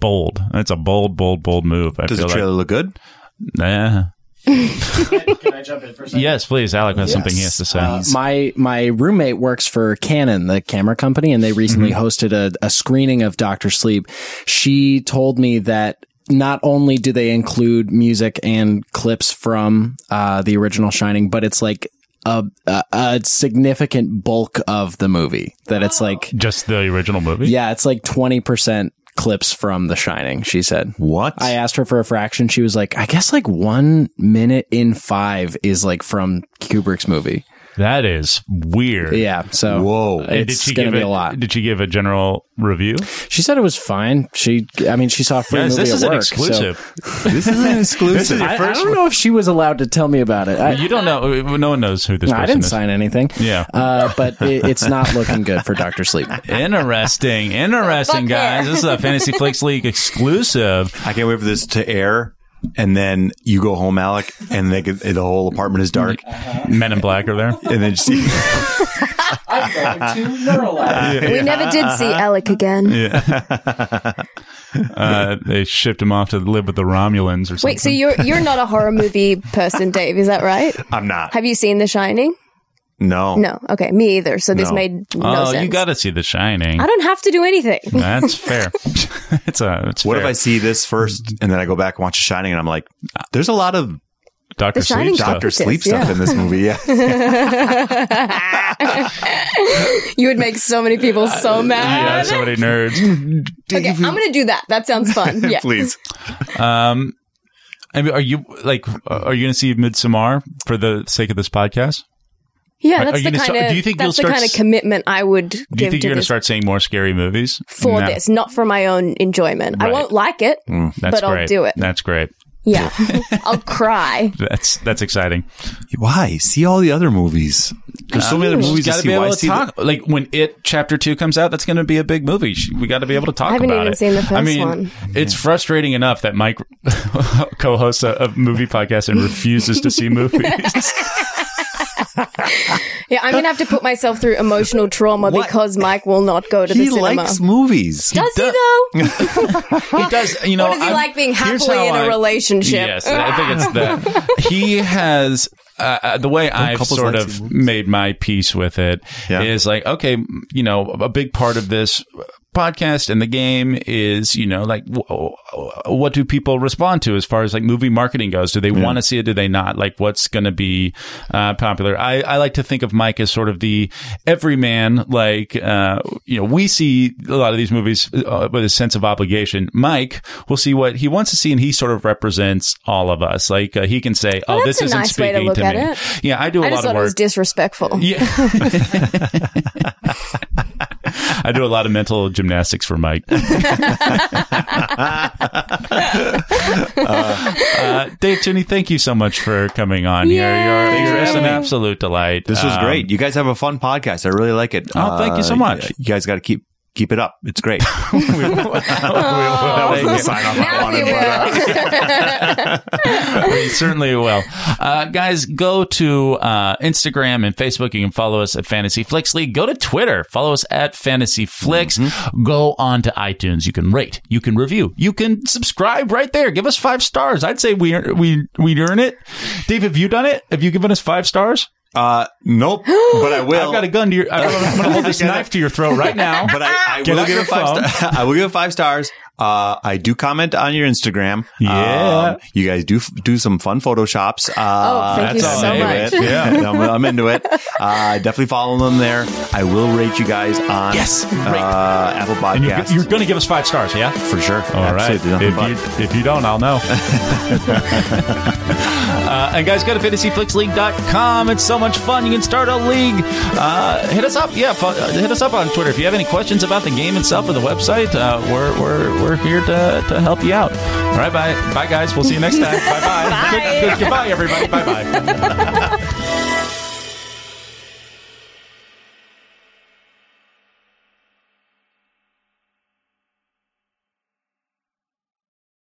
bold. That's a bold, bold, bold move. I Does the feel trailer like. look good? Nah. Can I jump in for a second? Yes, please, Alec has something he has to say. Uh, my my roommate works for Canon, the camera company, and they recently hosted a, a screening of Doctor Sleep. She told me that not only do they include music and clips from uh, the original Shining, but it's like a, a a significant bulk of the movie. That it's like Just the original movie. yeah, it's like twenty percent clips from The Shining. She said. What? I asked her for a fraction. She was like, I guess like one minute in five is like from Kubrick's movie. that is weird. Yeah. So Whoa. And And did it's she going to give be it- a lot. Did she give a general review? She said it was fine. She, I mean, she saw a free Guys, movie this is at work. an so- exclusive. this is an exclusive. I, I don't know if she was allowed to tell me about it. I, You don't know. No one knows who this person I didn't is. sign anything. Yeah. Uh, but it, it's not looking good for <laughs> Doctor Sleep. <laughs> Interesting, interesting, Fuck guys. yeah. This is a Fantasy Flicks League exclusive. I can't wait for this to air. And then you go home, Alec, and they get, the whole apartment is dark. Men in Black are there. And then you see, <laughs> I'm going to neuralize. Mm-hmm. we never did see Alec again Uh, they shipped him off to live with the Romulans or something. wait so you're you're not a horror movie person Dave is that right I'm not. have you seen The Shining No. No. Okay. Me either. So this No. made no oh, sense. you got to see The Shining. I don't have to do <laughs> anything. That's <laughs> fair. it's a. It's What if fair. I see this first and then I go back and watch Shining and I'm like, there's a lot of Doctor The Shining Sleep stuff? Dr. Sleep stuff yeah. in this movie. Yeah. You would make so <laughs> many people so Yeah, mad. so many nerds. <laughs> okay, I'm gonna do that. That sounds fun. Yeah. Please. Um, I mean, are you like, are you going to see Midsommar for the sake of this podcast? Yeah, Are- that's are you the gonna kind start- of do you think that's you'll start the kind of s- commitment I would Do you give think to you're going to this start seeing more scary movies for No. this, not for my own enjoyment. I Right. won't like it, Mm, That's but I'll great. do it. That's great. <laughs> Yeah, I'll cry. That's that's exciting. Why? See all the other movies. There's so many other movies to Got to see. be Why able to see the- talk. Like when it chapter two comes out, that's going to be a big movie. Sh- We got to be able to talk I haven't about even it. seen the I first mean, one. it's frustrating enough that Mike <laughs> co-hosts a, a movie podcast and refuses to see movies. Yeah, I'm gonna have to put myself through emotional trauma What? because Mike will not go to the He cinema. likes movies. does he <laughs> though? <laughs> he does. You know, Or does he I'm- like being here's happily how in a I- relationship? Yes, I think <laughs> it's that. He has uh, uh, the way I've couples sort like of to move? made my peace with it is Yeah. like, okay, m- you know, a big part of this podcast and the game is, you know, like w- w- what do people respond to as far as like movie marketing goes? Do they want to see it? Do they not? Like what's going to be uh, popular? I, I like to think of Mike as sort of the everyman. Like, uh, you know, we see a lot of these movies uh, with a sense of obligation. Mike will see what he wants to see and he sort of represents all of us. Like uh, he can say, oh, that's this a isn't nice way to speaking look at me. it. Yeah, I do a I just lot of thought it work. <laughs> was disrespectful. Yeah. I do a lot of mental gymnastics for Mike. <laughs> uh, Dave Tinney, thank you so much for coming on Yay. here. You're, you're Thanks just for an having me. absolute delight. This was Um, great. You guys have a fun podcast. I really like it. Oh, thank you so Uh, much. You guys got to keep keep it up. <laughs> It's great. <laughs> That was the sign off Now we will. we certainly will. Uh, guys, go to uh, Instagram and Facebook. You can follow us at Fantasy Flicks League. Go to Twitter. Follow us at Fantasy Flicks. Go on to iTunes. You can rate. You can review. You can subscribe right there. Give us five stars. I'd say we we we earn it. Dave, have you done it? Have you given us five stars? Uh, nope, but I will. I've got a gun to your. I'm going to hold this knife to your throat right now. but I, I <laughs> Get will out give your it five. phone. Star- <laughs> I will give it five stars. Uh, I do comment on your Instagram. Yeah. Um, you guys do do some fun photoshops. Uh, Oh, thank you I'm so into much. it. Yeah. And I'm, I'm into it. Uh, definitely follow them there. I will rate you guys on Yes, uh, rate. Apple and you're, Podcasts you're going to give us five stars, yeah? for sure. All right. Absolutely, nothing but. If you, if you don't, I'll <laughs> know. uh, and guys, go to fantasyflixleague.com. It's so much fun. You can start a league. Uh, hit us up. Yeah, fu- uh, hit us up on Twitter. If you have any questions about the game itself or the website, uh, we're, we're, we're here to, to help you out. All right. Bye. Bye, guys. We'll see you next time. Bye-bye. Good- good- goodbye, everybody. Bye-bye.